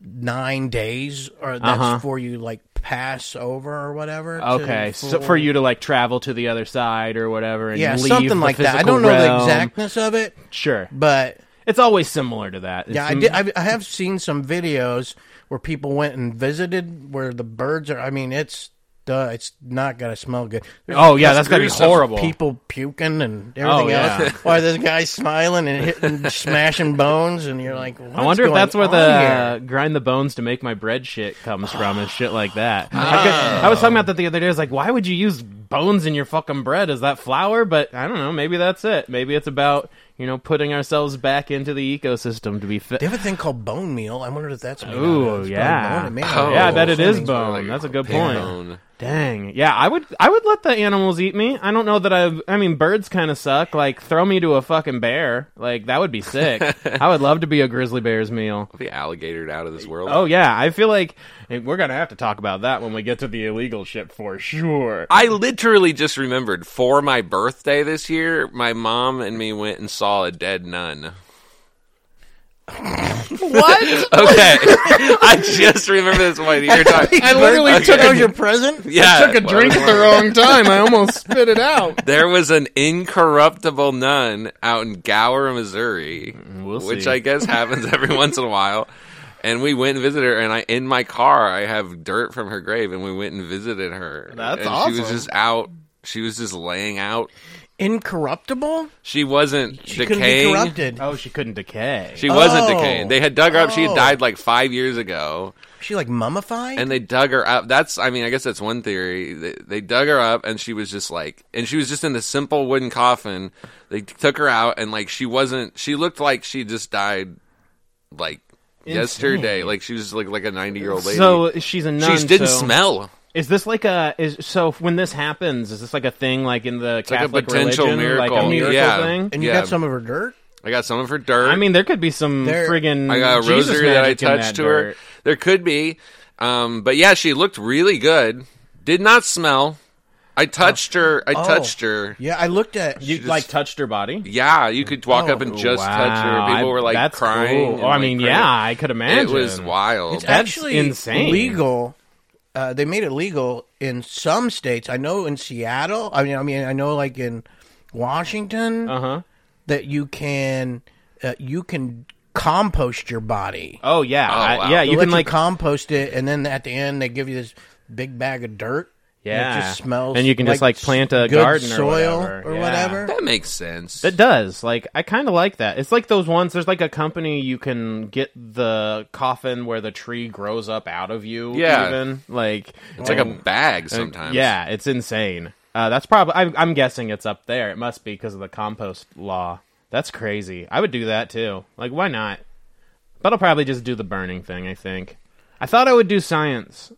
Speaker 2: nine days, or that's for you like pass over or whatever. to-
Speaker 1: Uh-huh. Okay, so for you to like travel to the other side or whatever, and
Speaker 2: yeah,
Speaker 1: leave
Speaker 2: something
Speaker 1: the
Speaker 2: like that. I
Speaker 1: physical
Speaker 2: don't know
Speaker 1: realm.
Speaker 2: the exactness of it,
Speaker 1: Sure,
Speaker 2: but
Speaker 1: it's always similar to that.
Speaker 2: Yeah, I,
Speaker 1: It's-
Speaker 2: did, I, I have seen some videos where people went and visited where the birds are. I mean, it's duh, it's not gonna smell good. There's
Speaker 1: Oh yeah, that's gotta be
Speaker 3: gruesome.
Speaker 1: horrible.
Speaker 2: people puking and everything
Speaker 1: Oh, yeah.
Speaker 2: else. Why this guy smiling and hitting, smashing bones, and you're like, What's
Speaker 1: I wonder if
Speaker 2: going
Speaker 1: that's where
Speaker 2: on
Speaker 1: the uh,
Speaker 2: here?"
Speaker 1: grind the bones to make my bread shit comes from and shit like that. I, got- I was talking about that the other day. I was like, why would you use bones in your fucking bread? Is that flour? But I don't know. Maybe that's it. Maybe it's about you know putting ourselves back into the ecosystem to be fit.
Speaker 2: They have a thing called bone meal. I wonder if that's made out of.
Speaker 1: Ooh,
Speaker 2: It's probably
Speaker 1: yeah.
Speaker 2: bone, man.
Speaker 3: Oh.
Speaker 1: yeah, I bet it is
Speaker 2: Something's
Speaker 1: bone.
Speaker 3: Like
Speaker 1: That's a good
Speaker 3: pig
Speaker 1: point.
Speaker 3: bone.
Speaker 1: Dang. Yeah, I would I would let the animals eat me. I don't know that I I mean birds kind of suck. Like throw me to a fucking bear. Like that would be sick. I would love to be a grizzly bear's meal.
Speaker 3: I'll be alligatored out of this world.
Speaker 1: Oh yeah, I feel like we're gonna have to talk about that when we get to the illegal shit for sure.
Speaker 3: I literally just remembered for my birthday this year, my mom and me went and saw a dead nun.
Speaker 1: What?
Speaker 3: Okay. I just remember this one. You're talking.
Speaker 1: I literally
Speaker 3: Okay.
Speaker 1: took
Speaker 2: That was
Speaker 1: a,
Speaker 2: your present.
Speaker 3: Yeah.
Speaker 1: took a drink at the wrong time. I almost spit it out.
Speaker 3: There was an incorruptible nun out in Gower, Missouri,
Speaker 1: we'll
Speaker 3: which
Speaker 1: see.
Speaker 3: I guess happens every once in a while. And we went and visited her, and I in my car I have dirt from her grave, and we went and visited her.
Speaker 4: That's
Speaker 3: and She was
Speaker 4: awesome.
Speaker 3: just out. She was just laying out.
Speaker 2: Incorruptible?
Speaker 3: She wasn't
Speaker 2: She couldn't be
Speaker 3: decaying.
Speaker 2: corrupted.
Speaker 1: Oh, she couldn't decay.
Speaker 3: She wasn't
Speaker 2: Oh.
Speaker 3: decaying. They had dug her up. She had
Speaker 2: Oh.
Speaker 3: died like five years ago,
Speaker 2: She like mummified?
Speaker 3: and they dug her up. That's, I mean, I guess that's one theory. They, they dug her up, and she was just like, and she was just in the simple wooden coffin. They took her out, and like she wasn't. She looked like she just died, like yesterday. Like she was like like a ninety year old lady.
Speaker 1: so she's a nun.
Speaker 3: she didn't
Speaker 1: so-
Speaker 3: smell.
Speaker 1: Is this like a is so when this happens? Is this like a thing like in the
Speaker 3: like a
Speaker 1: Catholic
Speaker 3: potential
Speaker 1: religion, like a
Speaker 3: miracle.
Speaker 1: miracle
Speaker 3: Yeah.
Speaker 1: thing?
Speaker 2: and you
Speaker 3: yeah.
Speaker 2: got some of her dirt?
Speaker 3: I got some of her dirt.
Speaker 1: I mean, there could be some
Speaker 2: There-
Speaker 1: friggin'
Speaker 3: I got a
Speaker 1: Mm, Jesus
Speaker 3: rosary that I
Speaker 1: magic in
Speaker 3: touched to her.
Speaker 1: dirt.
Speaker 3: There could be, um, but yeah, she looked really good. Did not smell. I touched her. I
Speaker 2: Oh.
Speaker 3: touched her.
Speaker 2: Yeah, I looked at
Speaker 1: You
Speaker 3: just-
Speaker 1: like touched her body.
Speaker 3: Yeah, you could walk
Speaker 2: Oh,
Speaker 3: up and just
Speaker 1: Wow,
Speaker 3: touch her. People
Speaker 1: I-
Speaker 3: were like
Speaker 1: that's
Speaker 3: crying.
Speaker 1: cool.
Speaker 3: and,
Speaker 1: Oh, I
Speaker 3: like,
Speaker 1: mean,
Speaker 3: crying.
Speaker 1: yeah, I could imagine
Speaker 3: it was wild.
Speaker 1: That's
Speaker 2: actually
Speaker 1: insane.
Speaker 2: legal. Uh, they made it legal in some states. I know in Seattle. I mean, I mean, I know like in Washington
Speaker 1: Uh huh.
Speaker 2: that you can uh, you can compost your body.
Speaker 1: Oh yeah, I-
Speaker 3: wow.
Speaker 1: yeah.
Speaker 2: They
Speaker 1: You
Speaker 2: let
Speaker 1: can like
Speaker 2: compost it, and then at the end they give you this big bag of dirt. and
Speaker 1: Yeah.
Speaker 2: it just smells.
Speaker 1: And you can just, like, plant a
Speaker 2: good
Speaker 1: garden or
Speaker 2: soil
Speaker 1: whatever.
Speaker 2: or
Speaker 1: Yeah.
Speaker 2: whatever.
Speaker 3: that makes sense.
Speaker 1: It does. Like I kind of like that. It's like those ones. There's like a company you can get the coffin where the tree grows up out of you.
Speaker 3: Yeah.
Speaker 1: even like
Speaker 3: it's like a bag sometimes.
Speaker 1: Oh. yeah, it's insane. Uh, that's probably. I'm, I'm guessing it's up there. It must be because of the compost law. That's crazy. I would do that too. Like why not? But I'll probably just do the burning thing. I think. I thought I would do science.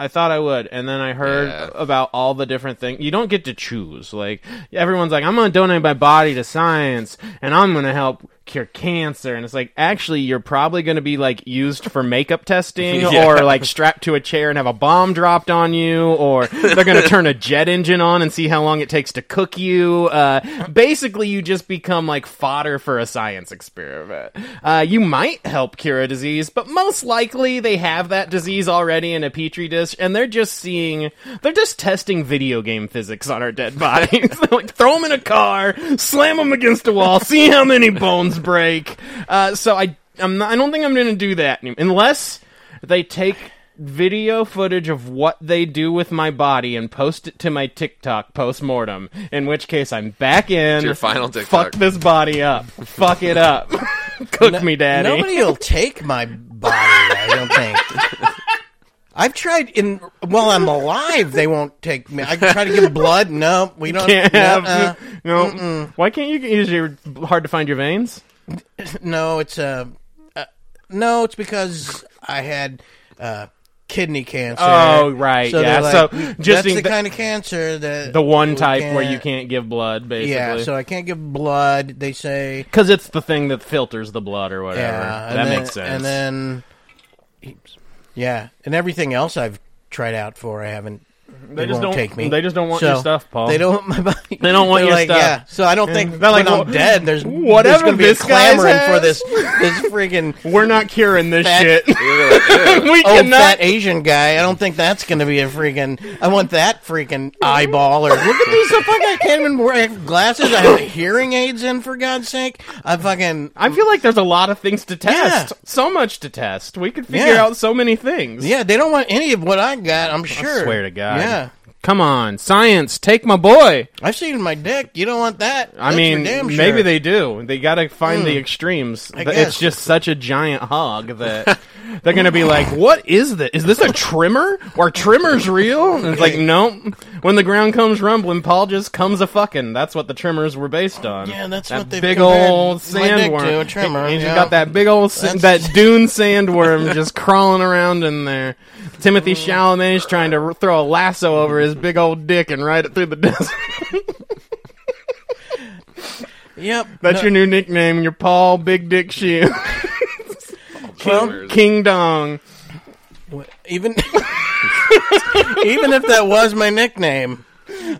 Speaker 1: I thought I would, and then I heard
Speaker 3: Yeah.
Speaker 1: about all the different things. You don't get to choose. Like everyone's like, I'm gonna donate my body to science, and I'm gonna help cure cancer. And it's like, actually, you're probably gonna be like used for makeup testing,
Speaker 3: Yeah.
Speaker 1: or like strapped to a chair and have a bomb dropped on you, or they're gonna turn a jet engine on and see how long it takes to cook you. Uh, basically, you just become like fodder for a science experiment. Uh, you might help cure a disease, but most likely they have that disease already in a petri dish, and they're just seeing, they're just testing video game physics on our dead bodies. like throw them in a car, slam them against a wall, see how many bones break. Uh, so I, I'm not, I don't think I'm gonna do that anymore, unless they take video footage of what they do with my body and post it to my TikTok post mortem. In which case, I'm back in.
Speaker 3: your final TikTok.
Speaker 1: Fuck this body up. Fuck it up. Cook me, daddy.
Speaker 2: Nobody will take my body. I don't think. I've tried in while I'm alive. They won't take me. I try to give blood. No, uh, we don't.
Speaker 1: can't have.
Speaker 2: nuh-uh.
Speaker 1: no. Why can't you? Is your hard to find your veins?
Speaker 2: No, it's uh, uh, no, it's because I had uh, kidney cancer.
Speaker 1: Oh, right,
Speaker 2: So
Speaker 1: yeah,
Speaker 2: they're
Speaker 1: so
Speaker 2: like,
Speaker 1: just
Speaker 2: that's
Speaker 1: think
Speaker 2: the
Speaker 1: that-
Speaker 2: kind of cancer that
Speaker 1: The one
Speaker 2: we
Speaker 1: type where you can't give blood, basically.
Speaker 2: Yeah, so I can't give blood. They say.
Speaker 1: because it's the thing that filters the blood or whatever.
Speaker 2: Yeah, and
Speaker 1: that
Speaker 2: then-
Speaker 1: makes sense.
Speaker 2: And then, yeah, and everything else I've tried out for, I haven't. They,
Speaker 1: just
Speaker 2: won't
Speaker 1: don't-
Speaker 2: take me.
Speaker 1: they just don't want your stuff, Paul.
Speaker 2: They don't want my body.
Speaker 1: They don't want
Speaker 2: They're
Speaker 1: your
Speaker 2: like,
Speaker 1: stuff.
Speaker 2: Yeah, so I don't think
Speaker 1: they're like,
Speaker 2: when I'm
Speaker 1: "Well,
Speaker 2: dead, there's
Speaker 1: whatever
Speaker 2: there's gonna be
Speaker 1: this
Speaker 2: a
Speaker 1: guy's
Speaker 2: clamoring for
Speaker 1: has."
Speaker 2: this this friggin'
Speaker 1: We're not curing this
Speaker 2: Fat-
Speaker 1: shit. we
Speaker 2: old
Speaker 1: cannot
Speaker 2: oh, fat Asian guy. I don't think that's gonna be a freaking. I want that freaking eyeball or look at these. I fucking I can't even wear I have glasses. I have hearing aids in for God's sake. I fucking
Speaker 1: I feel like there's a lot of things to test.
Speaker 2: Yeah.
Speaker 1: So much to test. We could figure
Speaker 2: Yeah.
Speaker 1: out so many things.
Speaker 2: yeah. They don't want any of what I got. I'm sure.
Speaker 1: swear to God.
Speaker 2: Yeah.
Speaker 1: Come on, science, take my boy.
Speaker 2: I've seen my dick. You don't want that.
Speaker 1: I
Speaker 2: That's
Speaker 1: mean,
Speaker 2: for damn sure. Hmm.
Speaker 1: maybe they do. They got to find the extremes. Th- It's
Speaker 2: guess.
Speaker 1: just such a giant hog that they're going to be like, "What is this? Is this a trimmer? Or trimmers real?" And it's like, "Nope." When the ground comes rumbling, Paul just comes a fucking. That's what the trimmers were based on.
Speaker 2: Yeah, that's
Speaker 1: that
Speaker 2: what they've
Speaker 1: big
Speaker 2: compared
Speaker 1: old
Speaker 2: my dick
Speaker 1: sandworm.
Speaker 2: to, a trimmer,
Speaker 1: He- he's
Speaker 2: yeah.
Speaker 1: got that big old sa-
Speaker 2: That's-
Speaker 1: that dune sandworm just crawling around in there. Timothy
Speaker 2: Mm.
Speaker 1: Chalamet's trying to r- throw a lasso over his big old dick and ride it through the desert.
Speaker 2: Yep.
Speaker 1: That's
Speaker 2: No,
Speaker 1: your new nickname. You're Paul Big Dick Shoe.
Speaker 2: well,
Speaker 1: King Dong.
Speaker 2: even even if that was my nickname,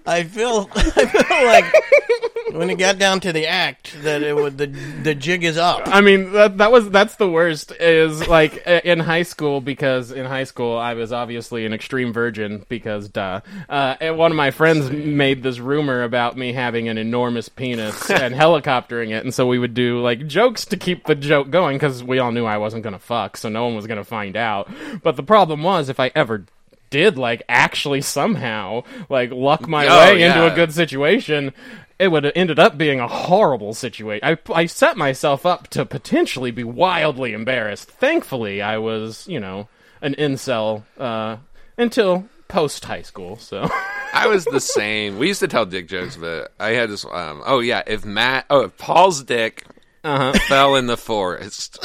Speaker 2: I feel, I feel like when it got down to the act that it would the the jig is up.
Speaker 1: I mean, that that was that's the worst. Is like i- in high school because in high school I was obviously an extreme virgin because duh. Uh, and one of my friends made this rumor about me having an enormous penis and helicoptering it, and so we would do like jokes to keep the joke going because we all knew I wasn't gonna fuck, so no one was gonna find out. But the problem was if I ever did like actually somehow like luck my
Speaker 3: Oh,
Speaker 1: way into
Speaker 3: yeah.
Speaker 1: a good situation, it would have ended up being a horrible situation. I, I set myself up to potentially be wildly embarrassed. Thankfully, I was, you know, an incel uh, until post high school. So
Speaker 3: I was the same. We used to tell dick jokes, but I had this. Um, oh yeah, if Matt, oh if Paul's dick fell in the forest,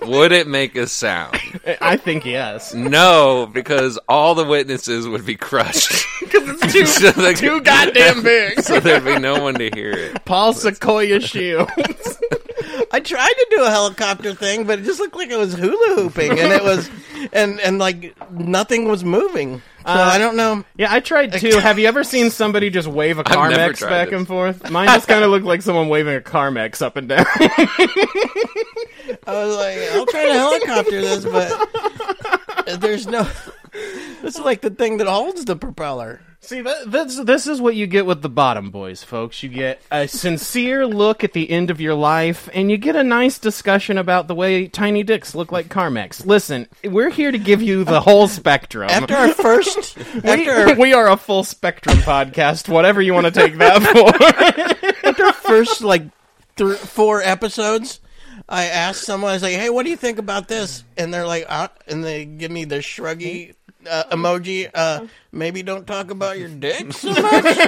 Speaker 3: would it make a sound?
Speaker 1: I think yes.
Speaker 3: No, because all the witnesses would be crushed.
Speaker 1: It's too,
Speaker 3: So they-
Speaker 1: too goddamn big.
Speaker 3: so there'd be no one to hear it.
Speaker 1: Paul Sequoia Shields.
Speaker 2: I tried to do a helicopter thing, but it just looked like it was hula hooping, and it was, and and like nothing was moving. So
Speaker 1: Uh,
Speaker 2: I don't know.
Speaker 1: Yeah, I tried too. Have you ever seen somebody just wave a
Speaker 3: never
Speaker 1: Carmex
Speaker 3: tried
Speaker 1: back
Speaker 3: it.
Speaker 1: and forth? Mine just kind of looked like someone waving a Carmex up and down.
Speaker 2: I was like, I'll try to helicopter this, but there's no. This is like the thing that holds the propeller.
Speaker 1: See, that, that's this is what you get with the Bottom Boys, folks. You get a sincere look at the end of your life, and you get a nice discussion about the way tiny dicks look like Carmex. Listen, we're here to give you the whole spectrum.
Speaker 2: After our first,
Speaker 1: we,
Speaker 2: after our
Speaker 1: we are a full spectrum podcast. Whatever you want to take that for.
Speaker 2: first like thr four episodes, I asked someone, I was like, "Hey, what do you think about this?" And they're like, uh, and they give me the shruggy uh, emoji. Uh, maybe don't talk about your dick so much.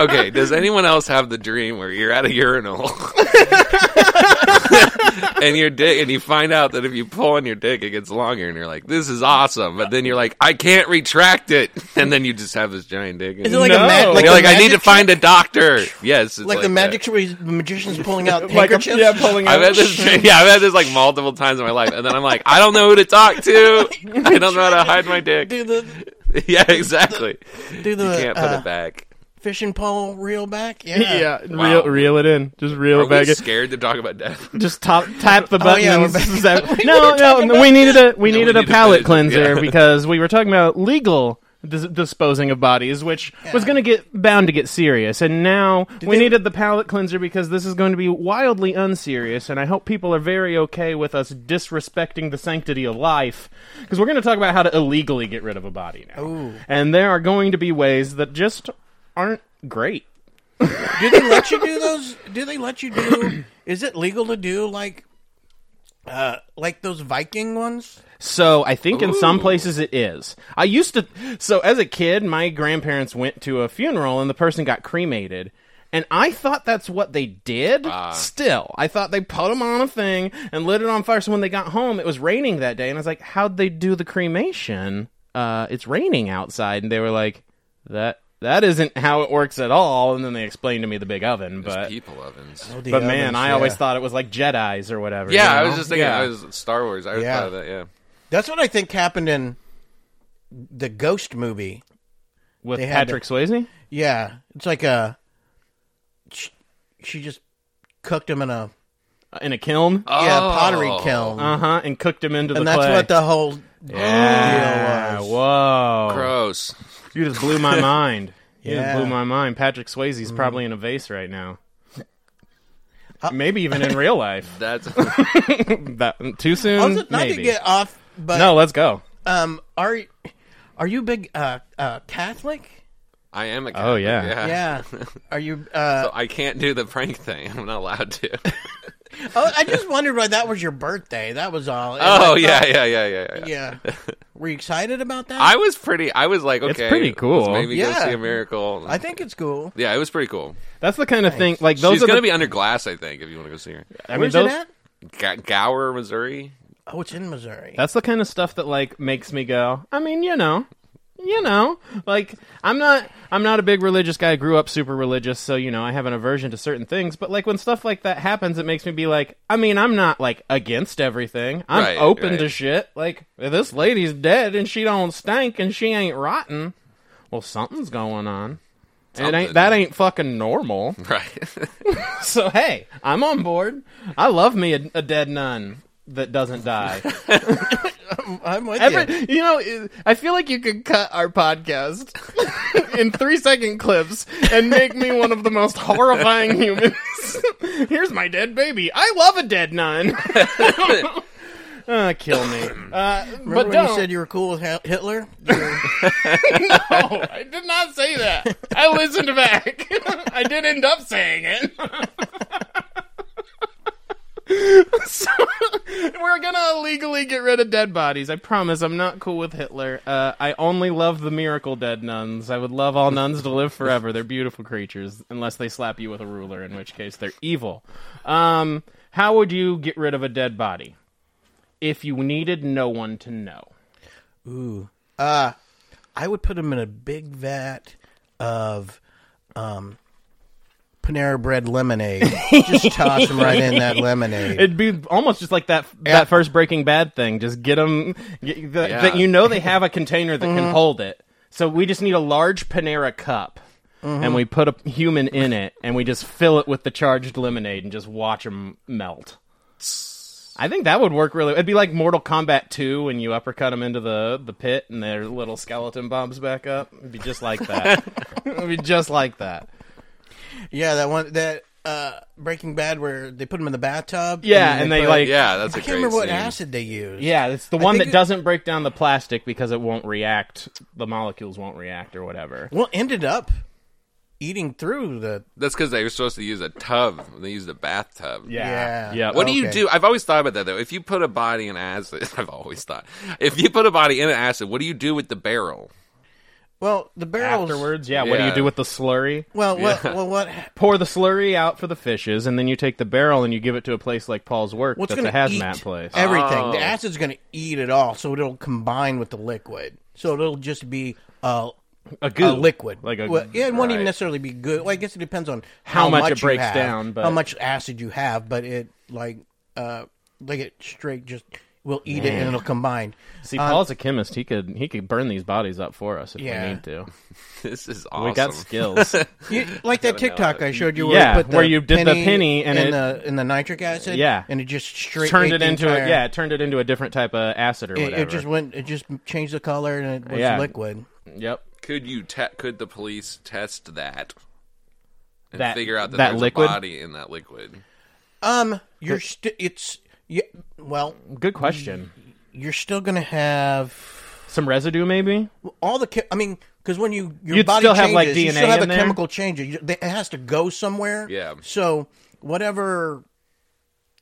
Speaker 3: Okay, does anyone else have the dream where you're at a urinal and your dick, and you find out that if you pull on your dick, it gets longer, and you're like, "This is awesome," but then you're like, "I can't retract it," and then you just have this giant dick. and
Speaker 2: Is it
Speaker 3: you-
Speaker 2: like a
Speaker 1: No.
Speaker 2: ma- like
Speaker 3: you're
Speaker 2: the
Speaker 3: like, "I need to
Speaker 2: magic
Speaker 3: find a doctor." Yes, it's
Speaker 2: like, the
Speaker 3: that.
Speaker 2: magic trick where he's- the magician's pulling out
Speaker 1: like a,
Speaker 2: handkerchiefs.
Speaker 1: yeah, pulling
Speaker 3: I've
Speaker 1: out.
Speaker 3: had this, yeah, I've had this like multiple times in my life, and then I'm like, I don't know who to talk to. I don't know how to hide my dick.
Speaker 2: do the
Speaker 3: Yeah, exactly.
Speaker 2: do the
Speaker 3: Can't put
Speaker 2: uh,
Speaker 3: it back.
Speaker 2: fishing pole reel back. Yeah,
Speaker 1: Yeah,
Speaker 3: Wow.
Speaker 1: reel, reel it in. Just reel
Speaker 3: Are
Speaker 1: it back
Speaker 3: we
Speaker 1: in.
Speaker 3: scared to talk about death?
Speaker 1: just top tap the button.
Speaker 2: Oh, yeah,
Speaker 1: and
Speaker 2: we're back.
Speaker 1: zap- no, no, we needed a we needed a
Speaker 3: we need a
Speaker 1: palate
Speaker 3: palate,
Speaker 1: cleanser
Speaker 3: yeah.
Speaker 1: because we were talking about legal dis- disposing of bodies, which was going to get bound to get serious. And now we
Speaker 2: they-
Speaker 1: needed the palate cleanser because this is going to be wildly unserious. And I hope people are very okay with us disrespecting the sanctity of life because we're going to talk about how to illegally get rid of a body now. And there are going to be ways that just aren't great.
Speaker 2: Do they let you do those? Do they let you do? Is it legal to do like, uh, like those Viking ones?
Speaker 1: So I think in some
Speaker 3: Ooh.
Speaker 1: places it is. I used to. So as a kid, my grandparents went to a funeral and the person got cremated. And I thought that's what they did.
Speaker 3: Ah.
Speaker 1: Still, I thought they put them on a thing and lit it on fire. So when they got home, it was raining that day, and I was like, "How'd they do the cremation? Uh, it's raining outside." And they were like, "That that isn't how it works at all." And then they explained to me the big oven, but
Speaker 3: People ovens.
Speaker 2: Oh, The
Speaker 1: but man,
Speaker 2: ovens,
Speaker 1: I always
Speaker 2: yeah.
Speaker 1: thought it was like Jedi's or whatever.
Speaker 3: Yeah,
Speaker 1: you
Speaker 3: I was
Speaker 1: know?
Speaker 3: just thinking.
Speaker 1: Yeah.
Speaker 3: I was Star Wars. I was
Speaker 2: Yeah.
Speaker 3: thought of that. Yeah.
Speaker 2: that's what I think happened in the Ghost movie.
Speaker 1: with
Speaker 2: they had
Speaker 1: Patrick Swayze.
Speaker 2: Yeah, it's like a she, she just cooked him in a
Speaker 1: in a kiln.
Speaker 2: yeah
Speaker 3: Oh,
Speaker 2: pottery kiln,
Speaker 1: Uh huh. And cooked him into
Speaker 2: and
Speaker 1: the
Speaker 2: that's
Speaker 1: clay.
Speaker 2: what the whole
Speaker 1: yeah.
Speaker 2: deal was.
Speaker 1: Whoa.
Speaker 3: Gross.
Speaker 1: You just blew my mind. You
Speaker 2: Yeah.
Speaker 1: just blew my mind. Patrick Swayze's probably in a vase right now.
Speaker 2: Uh,
Speaker 1: Maybe even in real life.
Speaker 3: That's
Speaker 1: That, too soon.
Speaker 2: Also, not
Speaker 1: Maybe.
Speaker 2: to get off, but
Speaker 1: no, let's go.
Speaker 2: um, are are you a big uh, uh, Catholic?
Speaker 3: I am a.
Speaker 1: Oh, yeah.
Speaker 3: yeah.
Speaker 2: Yeah, are you? Uh,
Speaker 3: I can't do the prank thing. I'm not allowed to.
Speaker 2: Oh, I just wondered why that was your birthday. That was all. And
Speaker 3: Oh
Speaker 2: I
Speaker 3: yeah, yeah, yeah, yeah, yeah.
Speaker 2: thought- yeah. uh, Were you excited about that?
Speaker 3: I was pretty. I was like, okay,
Speaker 1: pretty cool.
Speaker 3: Let's maybe go
Speaker 2: Yeah.
Speaker 3: see a miracle.
Speaker 2: I think it's cool.
Speaker 3: yeah, it was pretty cool.
Speaker 1: That's the kind of thing. Like those
Speaker 3: She's
Speaker 1: are
Speaker 3: gonna
Speaker 1: the,
Speaker 3: be under glass, I think, if you want to go see her.
Speaker 1: I mean,
Speaker 2: Where's
Speaker 1: those,
Speaker 2: it at?
Speaker 3: Ga Gower, Missouri.
Speaker 2: Oh, it's in Missouri.
Speaker 1: That's the kind of stuff that like makes me go. I mean, you know, you know, like I'm not I'm not a big religious guy. I grew up super religious, so you know, I have an aversion to certain things, but like when stuff like that happens, it makes me be like, I mean, I'm not like against everything. I'm
Speaker 3: Right,
Speaker 1: open
Speaker 3: right.
Speaker 1: to shit. Like this lady's dead and she don't stink and she ain't rotten. well, something's going on. It
Speaker 3: Something.
Speaker 1: ain't that ain't fucking normal.
Speaker 3: Right.
Speaker 1: So hey, I'm on board. I love me a, a dead nun that doesn't die.
Speaker 2: Mm, I'm with you.
Speaker 1: Every, you know, i- I feel like you could cut our podcast in three second clips and make me one of the most horrifying humans. Here's my dead baby. I love a dead nun. Uh, kill me. Uh,
Speaker 2: Remember
Speaker 1: but
Speaker 2: when
Speaker 1: don't.
Speaker 2: you said you were cool with Hi- Hitler? You're-
Speaker 1: no, I did not say that. I listened back. I did end up saying it. so, we're gonna legally get rid of dead bodies. I promise. I'm not cool with Hitler. Uh, I only love the miracle dead nuns. I would love all nuns to live forever. They're beautiful creatures, unless they slap you with a ruler, in which case they're evil. Um, how would you get rid of a dead body? If you needed no one to know.
Speaker 2: Ooh. Uh, I would put him in a big vat of um, Panera Bread lemonade. Just toss him right in that lemonade.
Speaker 1: It'd be almost just like that that first Breaking Bad thing. Just get them
Speaker 3: Yeah.
Speaker 1: that you know they have a container that can hold it. So we just need a large Panera cup, and we put a human in it, and we just fill it with the charged lemonade, and just watch them melt. I think that would work really. It'd be like Mortal Kombat 2 when you uppercut them into the, the pit and their little skeleton bobs back up. It'd be just like that. It'd be just like that.
Speaker 2: yeah, that one that uh, Breaking Bad where they put him in the bathtub.
Speaker 1: Yeah, and they,
Speaker 2: put-
Speaker 1: like-
Speaker 3: Yeah, that's a
Speaker 2: I
Speaker 3: great
Speaker 2: can't remember what
Speaker 3: scene.
Speaker 2: acid they used.
Speaker 1: Yeah, it's the one
Speaker 2: think
Speaker 1: that
Speaker 2: it-
Speaker 1: doesn't break down the plastic because it won't react. The molecules won't react or whatever.
Speaker 2: Well, ended up eating through the.
Speaker 3: That's because they were supposed to use a tub. They used a bathtub.
Speaker 1: Yeah.
Speaker 2: Yeah.
Speaker 1: Yeah. Oh,
Speaker 3: What do you
Speaker 2: Okay.
Speaker 3: do? I've always thought about that though. If you put a body in acid, I've always thought if you put a body in acid, what do you do with the barrel?
Speaker 2: Well, the barrels.
Speaker 1: afterwards? Yeah, What do you
Speaker 3: Yeah.
Speaker 1: do with the slurry?
Speaker 2: Well, what, well, what?
Speaker 1: Pour the slurry out for the fishes, and then you take the barrel and you give it to a place like Paul's Work.
Speaker 2: What's
Speaker 1: that's
Speaker 2: going
Speaker 1: a
Speaker 2: to
Speaker 1: hazmat
Speaker 2: eat
Speaker 1: place.
Speaker 2: everything?
Speaker 3: Oh.
Speaker 2: The acid's going to eat it all, so it'll combine with the liquid. So it'll just be uh,
Speaker 1: a goo,
Speaker 2: a liquid.
Speaker 1: like a
Speaker 2: well, yeah, it won't
Speaker 3: right.
Speaker 2: even necessarily be good. Well, I guess it depends on
Speaker 1: How much it
Speaker 2: you
Speaker 1: breaks
Speaker 2: have,
Speaker 1: down, but-
Speaker 2: how much acid you have. But it like uh like it straight just will eat it and it'll combine.
Speaker 1: See,
Speaker 2: uh,
Speaker 1: Paul's a chemist. He could he could burn these bodies up for us if we
Speaker 2: Yeah.
Speaker 1: need to.
Speaker 3: This is awesome.
Speaker 1: We got skills.
Speaker 2: You, like that TikTok I showed you, where
Speaker 1: Yeah,
Speaker 2: you put the
Speaker 1: where you did the penny and
Speaker 2: in
Speaker 1: it-
Speaker 2: the in the nitric acid,
Speaker 1: Yeah.
Speaker 2: and it just straight
Speaker 1: turned
Speaker 2: ate
Speaker 1: it
Speaker 2: the
Speaker 1: into
Speaker 2: entire,
Speaker 1: a, yeah, it turned it into a different type of acid or
Speaker 2: It,
Speaker 1: whatever.
Speaker 2: it just went. It just changed the color and it was
Speaker 1: Yeah.
Speaker 2: liquid.
Speaker 1: yep.
Speaker 3: Could you? Te- could the police test that and
Speaker 1: That-
Speaker 3: figure out that,
Speaker 1: that
Speaker 3: there's
Speaker 1: liquid?
Speaker 3: a body in that liquid?
Speaker 2: Um, you're still. It's yeah. Well,
Speaker 1: Good question.
Speaker 2: you're still gonna have
Speaker 1: Some residue, maybe.
Speaker 2: all the chem- I mean, because when you your
Speaker 1: You'd
Speaker 2: body
Speaker 1: still have,
Speaker 2: changes,
Speaker 1: like,
Speaker 2: you
Speaker 1: DNA
Speaker 2: still have
Speaker 1: in
Speaker 2: a
Speaker 1: there?
Speaker 2: chemical change. You- they- It has to go somewhere.
Speaker 3: Yeah.
Speaker 2: So whatever,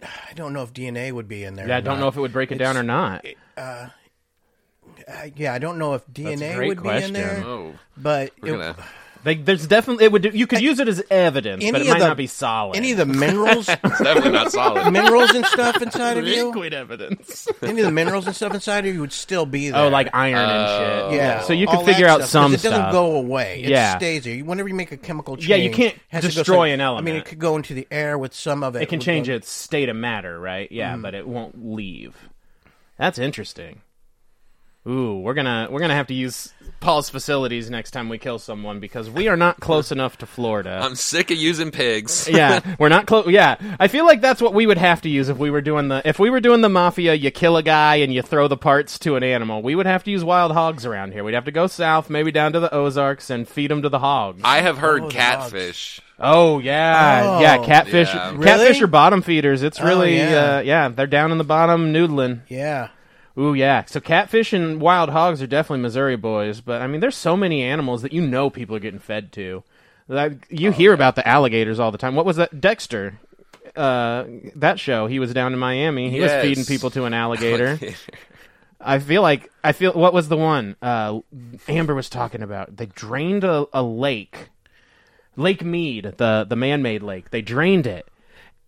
Speaker 2: I don't know if DNA would be in there.
Speaker 1: Yeah,
Speaker 2: or
Speaker 1: I don't
Speaker 2: not.
Speaker 1: know if it would break it down or not.
Speaker 2: I- yeah, I don't know if
Speaker 1: a
Speaker 2: DNA
Speaker 1: great
Speaker 2: would
Speaker 1: question.
Speaker 2: be in there.
Speaker 3: Oh,
Speaker 2: But it-
Speaker 3: we're gonna.
Speaker 1: They, there's definitely it would do, you could use it as evidence, but it
Speaker 2: any of
Speaker 1: might
Speaker 2: the-
Speaker 1: not be solid.
Speaker 2: any of the minerals,
Speaker 3: It's definitely not solid.
Speaker 2: minerals and stuff inside of you,
Speaker 1: liquid evidence.
Speaker 2: any of the minerals and stuff inside of you would still be there.
Speaker 1: oh, like iron and shit.
Speaker 2: Yeah,
Speaker 1: So you could
Speaker 2: all that
Speaker 1: figure out
Speaker 2: stuff, 'cause
Speaker 1: some
Speaker 2: It doesn't
Speaker 1: stuff.
Speaker 2: go away. It
Speaker 1: Yeah.
Speaker 2: stays there. You- Whenever you make a chemical change,
Speaker 1: Yeah, you can't
Speaker 2: it has to go
Speaker 1: destroy
Speaker 2: some-
Speaker 1: an
Speaker 2: I mean,
Speaker 1: element.
Speaker 2: it could go into the air with Mm-hmm. some of it.
Speaker 1: it can
Speaker 2: would
Speaker 1: change
Speaker 2: go-
Speaker 1: its state of matter, right? Yeah, but it won't leave. That's interesting. Ooh, we're gonna we're gonna have to use Paul's facilities next time we kill someone because we are not close enough to Florida.
Speaker 3: I'm sick of using pigs.
Speaker 1: yeah, we're not close. Yeah, I feel like that's what we would have to use if we were doing the if we were doing the mafia. You kill a guy and you throw the parts to an animal. We would have to use wild hogs around here. We'd have to go south, maybe down to the Ozarks, and feed them to the hogs.
Speaker 3: I have heard
Speaker 2: Oh, the dogs.
Speaker 3: catfish.
Speaker 1: oh yeah,
Speaker 2: Oh.
Speaker 1: yeah, catfish,
Speaker 3: Yeah.
Speaker 1: catfish
Speaker 2: Really? Oh,
Speaker 1: are bottom feeders. It's really
Speaker 2: yeah.
Speaker 1: Uh, yeah, they're down in the bottom noodling.
Speaker 2: Yeah.
Speaker 1: Ooh yeah, so catfish and wild hogs are definitely Missouri boys. But I mean, there's so many animals that you know people are getting fed to. Like, you hear about the alligators all the time. What was that, Dexter? Uh, that show. He was down in Miami. He was
Speaker 3: Yes.
Speaker 1: feeding people to an alligator. I feel like I feel. What was the one uh, Amber was talking about? They drained a, a lake, Lake Mead, the the man made lake. They drained it,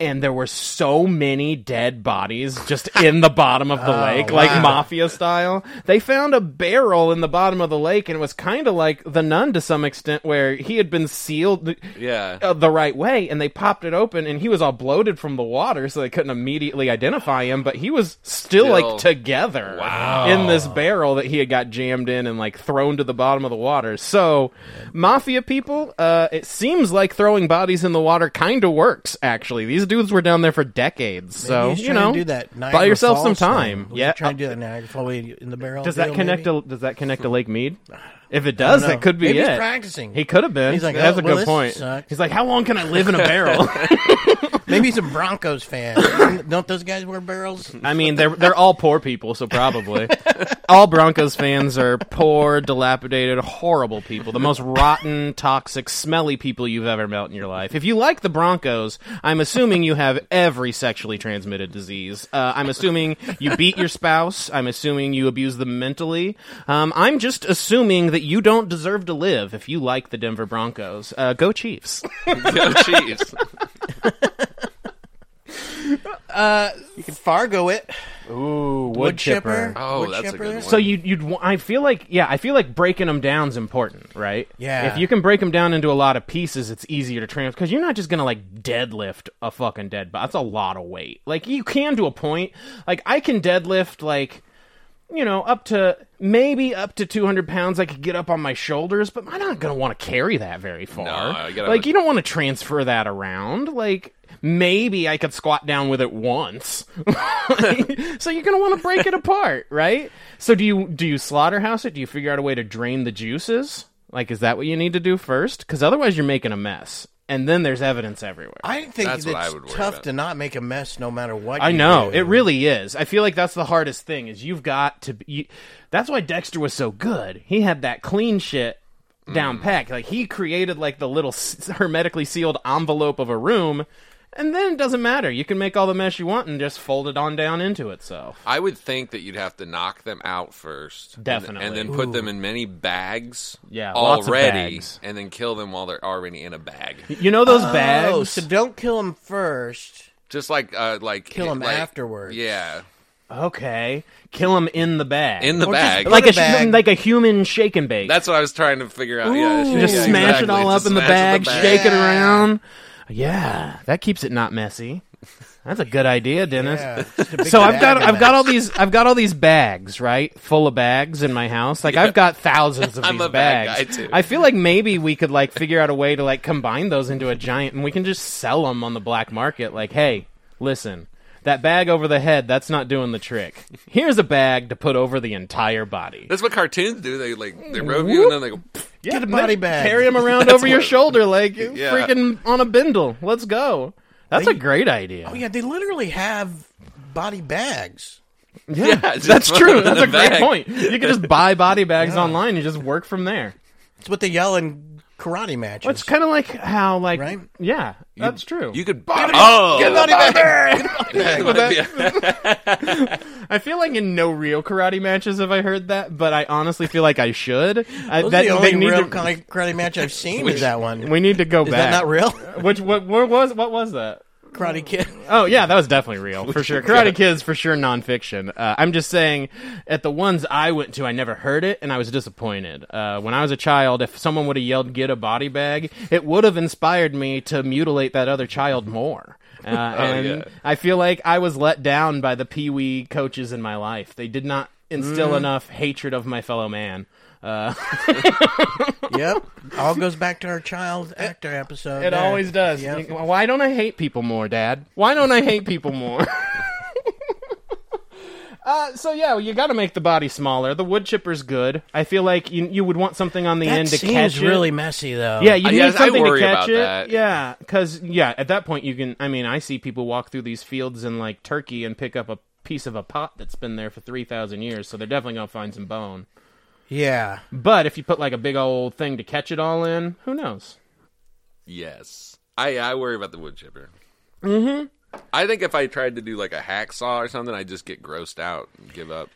Speaker 1: and there were so many dead bodies just in the bottom of the lake, like mafia style. They found a barrel in the bottom of the lake, and it was kind of like the nun to some extent, where he had been sealed
Speaker 3: Yeah.
Speaker 1: uh, the right way, and they popped it open, and he was all bloated from the water, so they couldn't immediately identify him. But he was still,
Speaker 3: Still.
Speaker 1: like together in this barrel that he had got jammed in and like thrown to the bottom of the water. So, mafia people, uh, it seems like throwing bodies in the water kind of works. Actually, these dudes were down there for decades, so
Speaker 2: he's
Speaker 1: you
Speaker 2: trying
Speaker 1: know,
Speaker 2: to do that Niagara
Speaker 1: buy yourself some
Speaker 2: Falls thing.
Speaker 1: time.
Speaker 2: Was he
Speaker 1: Yeah,
Speaker 2: trying to do that Niagara Falls way in the barrel.
Speaker 1: does that
Speaker 2: deal,
Speaker 1: connect?
Speaker 2: maybe?
Speaker 1: To, does that connect to Lake Mead? If it does,
Speaker 2: know.
Speaker 1: that could be
Speaker 2: Maybe he's
Speaker 1: it.
Speaker 2: practicing.
Speaker 1: He could have been.
Speaker 2: He's like,
Speaker 1: that's
Speaker 2: "Oh,
Speaker 1: a
Speaker 2: well,
Speaker 1: good
Speaker 2: this
Speaker 1: point.
Speaker 2: sucks."
Speaker 1: He's like, how long can I live in a barrel?
Speaker 2: Maybe he's a Broncos fan. Don't those guys wear barrels?
Speaker 1: I mean, they're they're all poor people, so probably all Broncos fans are poor, dilapidated, horrible people. The most rotten, toxic, smelly people you've ever met in your life. If you like the Broncos, I'm assuming you have every sexually transmitted disease. Uh, I'm assuming you beat your spouse. I'm assuming you abuse them mentally. Um, I'm just assuming that you don't deserve to live if you like the Denver Broncos. Uh, go Chiefs.
Speaker 3: Go Chiefs.
Speaker 2: You can Fargo it.
Speaker 1: Ooh, wood,
Speaker 3: Oh, that's a good
Speaker 1: So you you'd wa- I feel like yeah I feel like breaking them down is important, right?
Speaker 2: Yeah.
Speaker 1: If you can break them down into a lot of pieces, it's easier to transfer because you're not just gonna like deadlift a fucking dead body. That's a lot of weight. Like you can to a point. Like I can deadlift like you know up to maybe up to 200 pounds i could get up on my shoulders but i'm not gonna want to carry that very far
Speaker 3: I gotta-
Speaker 1: like you don't want to transfer that around like maybe i could squat down with it once so you're gonna want to break it apart right so do you do you slaughterhouse it do you figure out a way to drain the juices like is that what you need to do first because otherwise you're making a mess and then there's evidence everywhere
Speaker 2: I think it's
Speaker 3: That's what I would worry
Speaker 2: tough
Speaker 3: about.
Speaker 2: to not make a mess no matter what.
Speaker 1: I
Speaker 2: you
Speaker 1: know
Speaker 2: do.
Speaker 1: it really is. I feel like that's the hardest thing is you've got to. Be, you, that's why Dexter was so good. He had that clean shit down pack. Like he created like the little s- hermetically sealed envelope of a room, and then it doesn't matter. You can make all the mess you want and just fold it on down into itself.
Speaker 3: I would think that you'd have to knock them out first, and-
Speaker 1: Definitely.
Speaker 3: and, then put them in many bags,
Speaker 1: Yeah, lots of
Speaker 3: already,
Speaker 1: bags.
Speaker 3: and then kill them while they're already in a bag.
Speaker 1: You know those
Speaker 2: Oh,
Speaker 1: bags.
Speaker 2: so don't kill him first.
Speaker 3: Just like, uh, like
Speaker 2: Kill 'em
Speaker 3: like-
Speaker 2: afterwards.
Speaker 3: Yeah,
Speaker 1: okay, kill them in the bag.
Speaker 3: in the
Speaker 2: Or just
Speaker 3: bag.
Speaker 2: put
Speaker 1: like
Speaker 2: the
Speaker 1: a hu-
Speaker 2: bag.
Speaker 1: like a human shake and bake.
Speaker 3: That's what I was trying to figure out. yeah,
Speaker 1: You just
Speaker 3: yeah,
Speaker 1: smash it
Speaker 3: exactly.
Speaker 1: all up
Speaker 3: Just
Speaker 1: in the
Speaker 3: smash it
Speaker 1: bag,
Speaker 3: in
Speaker 1: shake it
Speaker 2: Yeah.
Speaker 1: around. Yeah, that keeps it not messy. That's a good idea, Dennis.
Speaker 2: Yeah, just a big
Speaker 1: So I've got
Speaker 2: bag of
Speaker 1: I've got all these I've got all these bags right full of bags in my house like I've got thousands of
Speaker 3: I'm
Speaker 1: these
Speaker 3: a bag
Speaker 1: bags.
Speaker 3: guy, too.
Speaker 1: I feel like maybe we could like figure out a way to like combine those into a giant and we can just sell them on the black market like hey listen that bag over the head that's not doing the trick here's a bag to put over the entire body
Speaker 3: That's what cartoons do. They like they rope you and then they go.
Speaker 1: yeah,
Speaker 2: Get a body
Speaker 1: man,
Speaker 2: bag.
Speaker 1: Carry them around over your shoulder like
Speaker 3: Yeah.
Speaker 1: freaking on a bindle. Let's go. That's a great idea.
Speaker 2: Oh yeah, they literally have body bags.
Speaker 1: yeah,
Speaker 3: just
Speaker 1: that's
Speaker 3: put
Speaker 1: true.
Speaker 3: them in
Speaker 1: That's
Speaker 3: the
Speaker 1: a great
Speaker 3: bag.
Speaker 1: point. You can just buy body bags online and just work from there.
Speaker 2: It's what they yell in karate matches.
Speaker 1: It's kind of like how, like,
Speaker 2: Right?
Speaker 1: yeah, that's true.
Speaker 3: You could buy. Oh,
Speaker 2: Get body bag.
Speaker 3: that would be-
Speaker 1: I feel like in no real karate matches have I heard that, but I honestly feel like I should. I,
Speaker 2: Those
Speaker 1: that,
Speaker 2: are the
Speaker 1: they
Speaker 2: only
Speaker 1: need
Speaker 2: real
Speaker 1: to,
Speaker 2: karate, karate match I've seen is that one. Is
Speaker 1: we need to go
Speaker 2: that
Speaker 1: back.
Speaker 2: not real?
Speaker 1: Which what, what was what was that?
Speaker 2: Karate Kid.
Speaker 1: Oh yeah, that was definitely real for sure. Karate Kids for sure nonfiction. Uh, I'm just saying, at the ones I went to, I never heard it, and I was disappointed. Uh, when I was a child, if someone would have yelled "Get a body bag," it would have inspired me to mutilate that other child more. Uh, and
Speaker 3: yeah.
Speaker 1: I feel like I was let down by the Pee Wee coaches in my life. They did not instill enough hatred of my fellow man. Uh,
Speaker 2: yep. All goes back to our child actor episode.
Speaker 1: it
Speaker 2: there.
Speaker 1: always does.
Speaker 2: Yeah.
Speaker 1: You- Why don't I hate people more, Dad? Why don't I hate people more? Uh, so yeah, you got to make the body smaller. The wood chipper's good. I feel like you you would want something on the
Speaker 2: That
Speaker 1: end to
Speaker 2: seems
Speaker 1: catch
Speaker 2: really
Speaker 1: it.
Speaker 2: messy though.
Speaker 1: Yeah, you need
Speaker 3: Uh, Yes, I
Speaker 1: something
Speaker 3: worry
Speaker 1: to catch
Speaker 3: about
Speaker 1: it.
Speaker 3: that.
Speaker 1: Yeah, because yeah, at that point you can. I mean, I see people walk through these fields in like Turkey and pick up a piece of a pot that's been there for three thousand years. So they're definitely gonna find some bone.
Speaker 2: Yeah.
Speaker 1: But if you put like a big old thing to catch it all in, who knows?
Speaker 3: Yes. I I worry about the wood chipper. Mm-hmm. I think if I tried to do like a hacksaw or something, I'd just get grossed out and give up.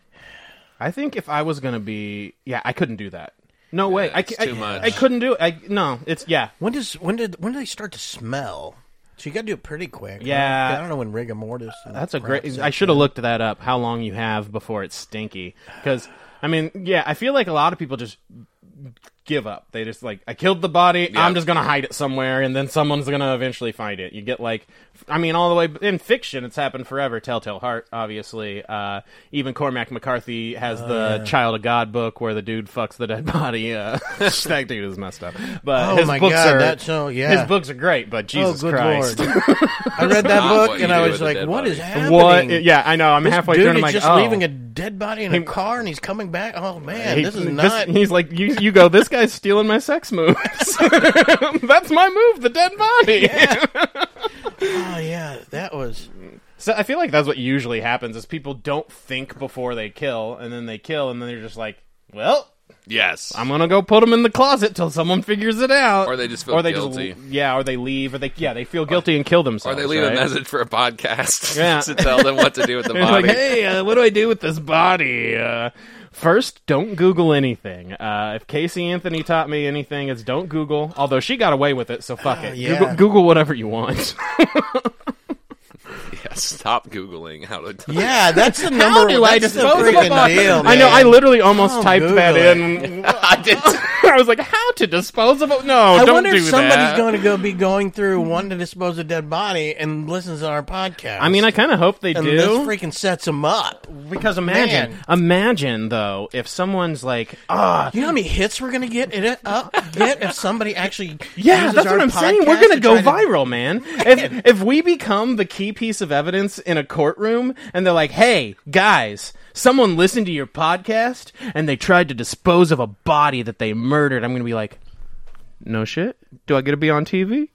Speaker 1: I think if I was gonna be, yeah, I couldn't do that. No way, I,
Speaker 3: it's
Speaker 1: ca- I,
Speaker 3: too much.
Speaker 1: I couldn't do it. I, no, it's yeah.
Speaker 2: When does when did when do they start to smell? So you got to do it pretty quick. huh?
Speaker 1: Yeah.
Speaker 2: I don't know when rigor mortis. and
Speaker 1: That's a
Speaker 2: crap
Speaker 1: great.
Speaker 2: set.
Speaker 1: I should have looked that up. How long you have before it's stinky? Because I mean, yeah, I feel like a lot of people just give up. They just like, I killed the body. I'm just gonna hide it somewhere, and then someone's gonna eventually find it. You get like, I mean, all the way in fiction, it's happened forever. Telltale Heart, obviously. Uh, even Cormac McCarthy has
Speaker 2: Oh,
Speaker 1: the Child of God book where the dude fucks the dead body. Uh, that dude is messed up. But
Speaker 2: Oh
Speaker 1: his
Speaker 2: my
Speaker 1: books
Speaker 2: God,
Speaker 1: are
Speaker 2: that show- yeah.
Speaker 1: his books are great. But
Speaker 2: Oh,
Speaker 1: Jesus
Speaker 2: good
Speaker 1: Christ.
Speaker 2: lord! I read that
Speaker 3: Not
Speaker 2: book
Speaker 3: what
Speaker 2: and
Speaker 3: you
Speaker 2: I
Speaker 3: do
Speaker 2: was
Speaker 3: with a
Speaker 2: like,
Speaker 3: dead
Speaker 2: "What
Speaker 3: body.
Speaker 2: is happening?"
Speaker 1: What? Yeah, I know. I'm halfway
Speaker 2: Dude
Speaker 1: through. and
Speaker 2: is
Speaker 1: I'm like,
Speaker 2: just
Speaker 1: oh.
Speaker 2: leaving a dead body in a car, and he's coming back. Oh man,
Speaker 1: He-
Speaker 2: this is not.
Speaker 1: he's like, you, you go. This guy's stealing my sex moves. That's my move, the dead body.
Speaker 2: oh yeah, that was.
Speaker 1: So I feel like that's what usually happens: is people don't think before they kill, and then they kill, and then they're just like, well.
Speaker 3: Yes.
Speaker 1: I'm gonna go put them in the closet till someone figures it out,
Speaker 3: Or they just feel
Speaker 1: or they
Speaker 3: guilty.
Speaker 1: Just, yeah, or they leave, or they yeah, they feel guilty and kill
Speaker 3: or
Speaker 1: themselves.
Speaker 3: they leave
Speaker 1: right?
Speaker 3: a message for a podcast
Speaker 1: Yeah.
Speaker 3: to tell them what to do with the
Speaker 1: It's
Speaker 3: body.
Speaker 1: like, hey, uh, what do I do with this body? Uh, first, don't Google anything. Uh, if Casey Anthony taught me anything, it's don't Google. Although she got away with it, so fuck it.
Speaker 2: Uh, yeah.
Speaker 1: Google, Google whatever you want.
Speaker 3: Yeah, stop googling how to.
Speaker 2: Yeah, that's the number. that's the freaking deal,
Speaker 1: I know. I
Speaker 2: man.
Speaker 1: literally almost
Speaker 2: Don't
Speaker 1: typed
Speaker 2: Google
Speaker 1: that
Speaker 2: it.
Speaker 1: in.
Speaker 3: I did.
Speaker 1: I was like, how to dispose of it? No,
Speaker 2: I
Speaker 1: don't
Speaker 2: wonder
Speaker 1: do
Speaker 2: if somebody's
Speaker 1: that.
Speaker 2: going to go be going through wanting to dispose of dead body and listens to our podcast.
Speaker 1: I mean, I kind of hope they
Speaker 2: and
Speaker 1: do.
Speaker 2: this freaking sets them up.
Speaker 1: because imagine,
Speaker 2: Man.
Speaker 1: imagine though, if someone's like, ah,
Speaker 2: You know how many hits we're going to get it up get if somebody actually
Speaker 1: Yeah,
Speaker 2: uses
Speaker 1: that's
Speaker 2: our
Speaker 1: what I'm saying.
Speaker 2: podcast
Speaker 1: We're gonna
Speaker 2: to
Speaker 1: go
Speaker 2: try to-
Speaker 1: viral, man. If if we become the key piece of evidence in a courtroom, and they're like, "Hey, guys, someone listened to your podcast, and they tried to dispose of a body that they murdered," I'm gonna be like, "No shit. Do I get to be on TV?"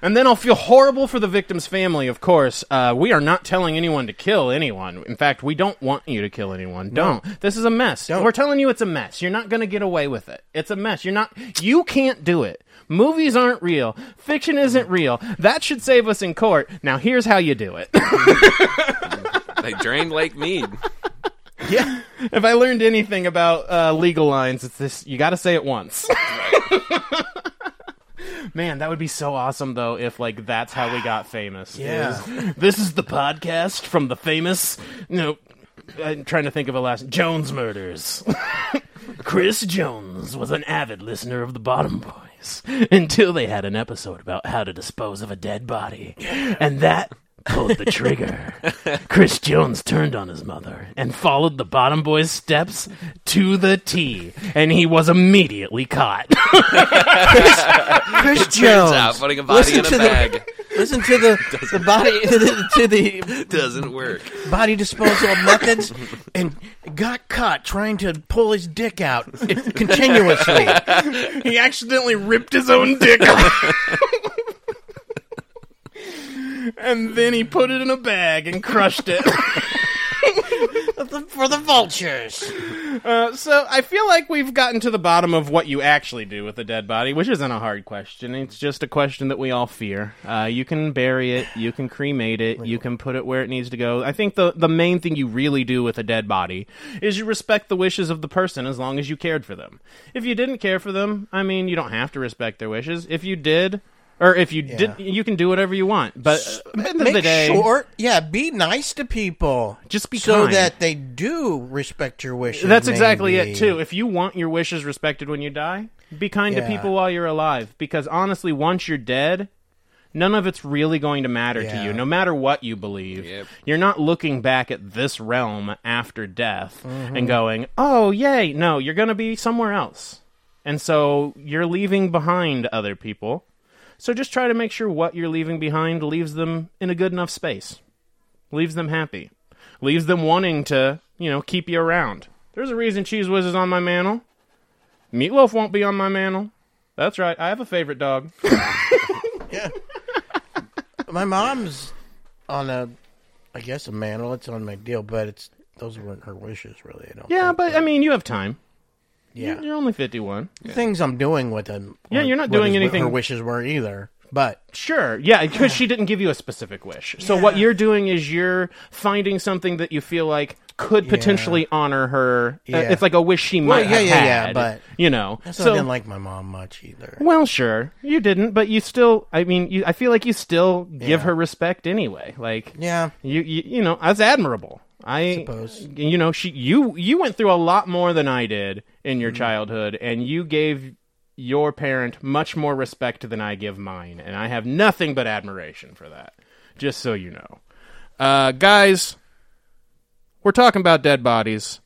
Speaker 1: And then I'll feel horrible for the victim's family, of course. Uh, we are not telling anyone to kill anyone. In fact, we don't want you to kill anyone. Don't. This is a mess. We're telling you it's a mess. You're not going to get away with it. It's a mess. You're not. You can't do it. Movies aren't real. Fiction isn't real. That should save us in court. Now, here's how you do it.
Speaker 3: They drained Lake Mead.
Speaker 2: Yeah.
Speaker 1: if I learned anything about uh, legal lines, it's this: you got to say it once. Man, that would be so awesome though if like that's how we got famous.
Speaker 2: Yeah.
Speaker 1: is, this is the podcast from the famous. No, I'm trying to think of a last Jones murders. Chris Jones was an avid listener of the Bottom Boys until they had an episode about how to dispose of a dead body, and that pulled the trigger. Chris Jones turned on his mother and followed the Bottom Boys' steps to the T, and he was immediately caught.
Speaker 2: Chris
Speaker 3: Turns
Speaker 2: Jones.
Speaker 3: out putting a body
Speaker 2: Listen
Speaker 3: in a
Speaker 2: to the-
Speaker 3: bag
Speaker 2: Listen to the, the body to the
Speaker 3: doesn't work.
Speaker 2: body disposal methods and got caught trying to pull his dick out continuously.
Speaker 1: he accidentally ripped his own dick off. and then he put it in a bag and crushed it.
Speaker 2: for the vultures.
Speaker 1: Uh, so I feel like we've gotten to the bottom of what you actually do with a dead body, which isn't a hard question. It's just a question that we all fear. Uh, you can bury it, you can cremate it, you can put it where it needs to go. I think the the main thing you really do with a dead body is you respect the wishes of the person as long as you cared for them. If you didn't care for them, I mean, you don't have to respect their wishes. If you did. Or if you did, you can do whatever you want. But uh, at the end of
Speaker 2: Make
Speaker 1: the day,
Speaker 2: sure, yeah, be nice to people.
Speaker 1: Just be
Speaker 2: so
Speaker 1: kind.
Speaker 2: that they do respect your wishes.
Speaker 1: That's exactly
Speaker 2: maybe.
Speaker 1: it too. If you want your wishes respected when you die, be kind to
Speaker 2: Yeah.
Speaker 1: people while you're alive because honestly, once you're dead, none of it's really going to matter to
Speaker 2: Yeah.
Speaker 1: you no matter what you believe.
Speaker 3: Yep.
Speaker 1: You're not looking back at this realm after death and going, "Oh, yay." No, you're going to be somewhere else. And so you're leaving behind other people. So just try to make sure what you're leaving behind leaves them in a good enough space leaves them happy, leaves them wanting to, you know, keep you around. There's a reason Cheese Whiz is on my mantle. Meatloaf won't be on my mantle. That's right. I have a favorite dog.
Speaker 2: My mom's on a, I guess a mantle. It's on my deal, but it's those weren't her wishes, really. I don't.
Speaker 1: Yeah,
Speaker 2: think.
Speaker 1: but I mean, you have time.
Speaker 2: yeah,
Speaker 1: You're only 51.
Speaker 2: The things I'm doing with them.
Speaker 1: Yeah,
Speaker 2: weren't
Speaker 1: you're not
Speaker 2: what
Speaker 1: doing
Speaker 2: his-
Speaker 1: anything-
Speaker 2: Her wishes were either, but
Speaker 1: Sure. Yeah, because she didn't give you a specific wish. So what you're doing is you're finding something that you feel like could potentially honor her. Uh,
Speaker 2: Yeah.
Speaker 1: It's like a wish she
Speaker 2: Well,
Speaker 1: might
Speaker 2: yeah,
Speaker 1: have
Speaker 2: yeah, yeah,
Speaker 1: had,
Speaker 2: but-
Speaker 1: you know,
Speaker 2: So, I
Speaker 1: so
Speaker 2: didn't like my mom much either.
Speaker 1: well, sure, you didn't, but you still. I mean, you, I feel like you still give her respect anyway. Like,
Speaker 2: Yeah.
Speaker 1: you, you, you know, that's admirable. I
Speaker 2: Suppose.
Speaker 1: you know she you you went through a lot more than I did in your childhood, and you gave your parent much more respect than I give mine, and I have nothing but admiration for that. Just so you know, uh, guys, we're talking about dead bodies.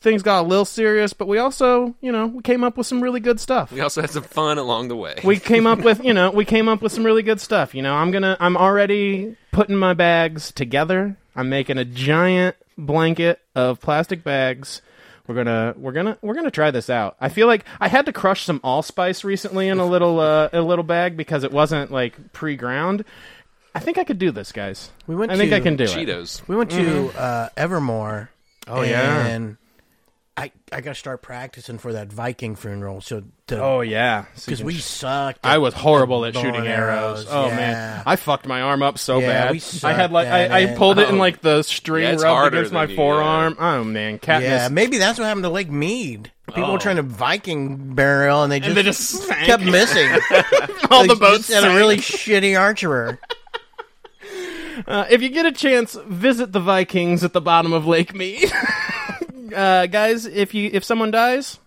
Speaker 1: Things got a little serious, but we also, you know, we came up with some really good stuff
Speaker 3: We also had some fun along the way.
Speaker 1: we came up with you know we came up with some really good stuff you know i'm gonna i'm already putting my bags together i'm making a giant blanket of plastic bags we're gonna we're gonna we're gonna try this out i feel like i had to crush some allspice recently in a little uh, a little bag because it wasn't like pre-ground i think i could do this guys
Speaker 2: We went
Speaker 1: i think
Speaker 2: to
Speaker 1: i can do it
Speaker 3: Cheetos.
Speaker 2: We went to
Speaker 1: Mm-hmm.
Speaker 2: uh, Evermore. Oh
Speaker 1: yeah.
Speaker 2: And I I got to start practicing for that Viking funeral. So to,
Speaker 1: oh yeah
Speaker 2: because we sucked.
Speaker 1: I was horrible at
Speaker 2: Bow
Speaker 1: shooting
Speaker 2: and
Speaker 1: arrows.
Speaker 2: arrows,
Speaker 1: Oh
Speaker 2: yeah.
Speaker 1: man, I fucked my arm up so
Speaker 2: Yeah,
Speaker 1: bad.
Speaker 2: we
Speaker 1: I had
Speaker 2: sucked
Speaker 1: like
Speaker 2: at
Speaker 1: I, I
Speaker 2: it.
Speaker 1: pulled it in
Speaker 3: Oh.
Speaker 1: like the string
Speaker 3: Yeah, it's
Speaker 1: rubbed
Speaker 3: harder
Speaker 1: against my
Speaker 3: than you, uh,
Speaker 1: forearm. Oh man, Katniss.
Speaker 2: yeah, maybe that's what happened to Lake Mead. People
Speaker 3: Oh.
Speaker 2: were trying to Viking burial, and they just,
Speaker 1: they just sank.
Speaker 2: kept missing.
Speaker 1: All the
Speaker 2: Like,
Speaker 1: boats
Speaker 2: just had a
Speaker 1: sank.
Speaker 2: really shitty archer.
Speaker 1: Uh, if you get a chance, visit the Vikings at the bottom of Lake Mead. uh, guys, if you if someone dies,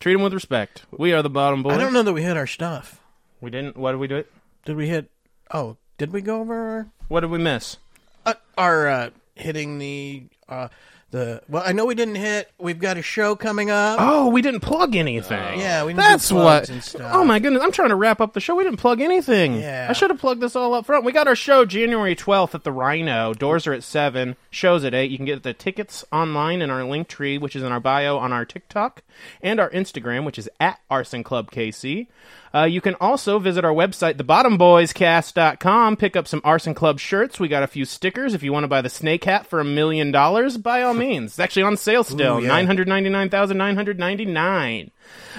Speaker 1: treat them with respect. We are the bottom boys.
Speaker 2: I don't know that we hit our stuff.
Speaker 1: We didn't. What did we do? It.
Speaker 2: Did we hit? Oh, did we go over our
Speaker 1: What did we miss?
Speaker 2: uh, our uh, hitting the uh, the? Well, I know we didn't hit. We've got a show coming up.
Speaker 1: Oh, we didn't plug anything.
Speaker 2: Yeah, we didn't do
Speaker 1: Oh. That's
Speaker 2: plugs
Speaker 1: what.
Speaker 2: and stuff.
Speaker 1: Oh my goodness, I'm trying to wrap up the show. We didn't plug anything.
Speaker 2: Yeah.
Speaker 1: I should have plugged this all up front. We got our show January 12th at the Rhino. Doors are at seven. Shows at eight. You can get the tickets online in our link tree, which is in our bio on our TikTok and our Instagram, which is at Arson Club KC. Uh, you can also visit our website, thebottomboyscast.com, pick up some Arson Club shirts. We got a few stickers. If you want to buy the snake hat for a million dollars, by all means. It's actually on sale still.
Speaker 2: Ooh, yeah.
Speaker 1: Nine hundred ninety nine thousand nine hundred ninety nine.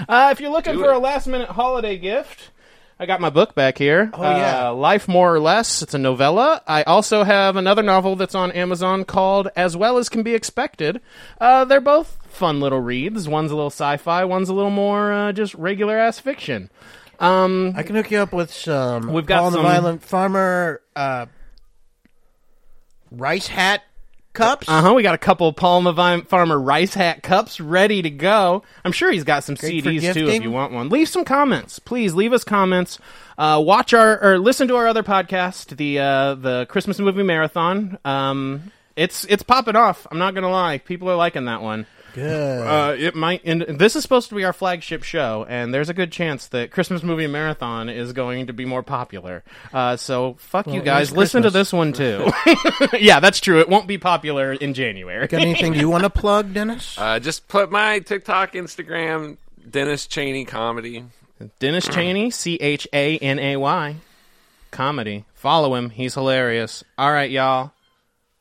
Speaker 1: Uh, if you're looking for
Speaker 3: it.
Speaker 1: a last minute holiday gift, I got my book back here. Oh
Speaker 2: yeah.
Speaker 1: Life More or Less. It's a novella. I also have another novel that's on Amazon called As Well as Can Be Expected. Uh, they're both fun little reads. One's a little sci-fi. One's a little more uh, just regular ass fiction.
Speaker 2: I can hook you up with some.
Speaker 1: We've got
Speaker 2: Paul
Speaker 1: some-
Speaker 2: the Violent Farmer uh, rice hat cups.
Speaker 1: Uh huh. We got a couple Palma Vine Farmer Rice Hat cups ready to go. I'm sure he's got some
Speaker 2: for
Speaker 1: CDs too if
Speaker 2: gifting.
Speaker 1: you want one. Leave some comments, please. Leave us comments. Uh, watch our or listen to our other podcast, the uh, the Christmas movie marathon. Um, it's it's popping off. I'm not gonna lie, people are liking that one.
Speaker 2: Good.
Speaker 1: Uh, it might. And this is supposed to be our flagship show, and there's a good chance that Christmas movie marathon is going to be more popular. Uh, so fuck you
Speaker 2: it
Speaker 1: guys.
Speaker 2: is
Speaker 1: Listen to
Speaker 2: Christmas.
Speaker 1: this one too. yeah, that's true. It won't be popular in January.
Speaker 2: got anything you want to plug, Dennis?
Speaker 3: Uh, just put my TikTok, Instagram, Dennis Cheney comedy.
Speaker 1: Dennis Cheney, C H A N A Y, comedy. Follow him; he's hilarious. All right, y'all.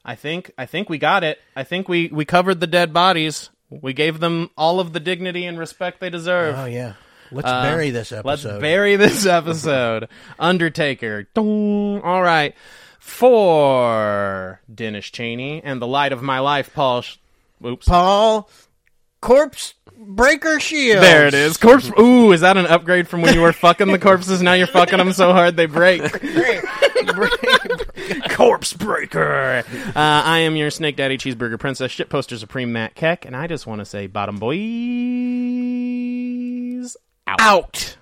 Speaker 1: I think I think we got it. I think we we covered the dead bodies. We gave them all of the dignity and respect they deserve.
Speaker 2: oh yeah. Let's bury this episode.
Speaker 1: Let's bury this episode. Undertaker. Dong. All right. For Dennis Cheney and the light of my life, Paul. Sh- Oops.
Speaker 2: Paul Corpse Breaker Shield.
Speaker 1: There it is. Corpse. Ooh, is that an upgrade from when you were fucking the corpses? Now you're fucking them so hard they break. Corpse breaker. Uh, I am your snake daddy, cheeseburger princess, shit poster supreme, Matt Keck, and I just want to say, bottom boys out.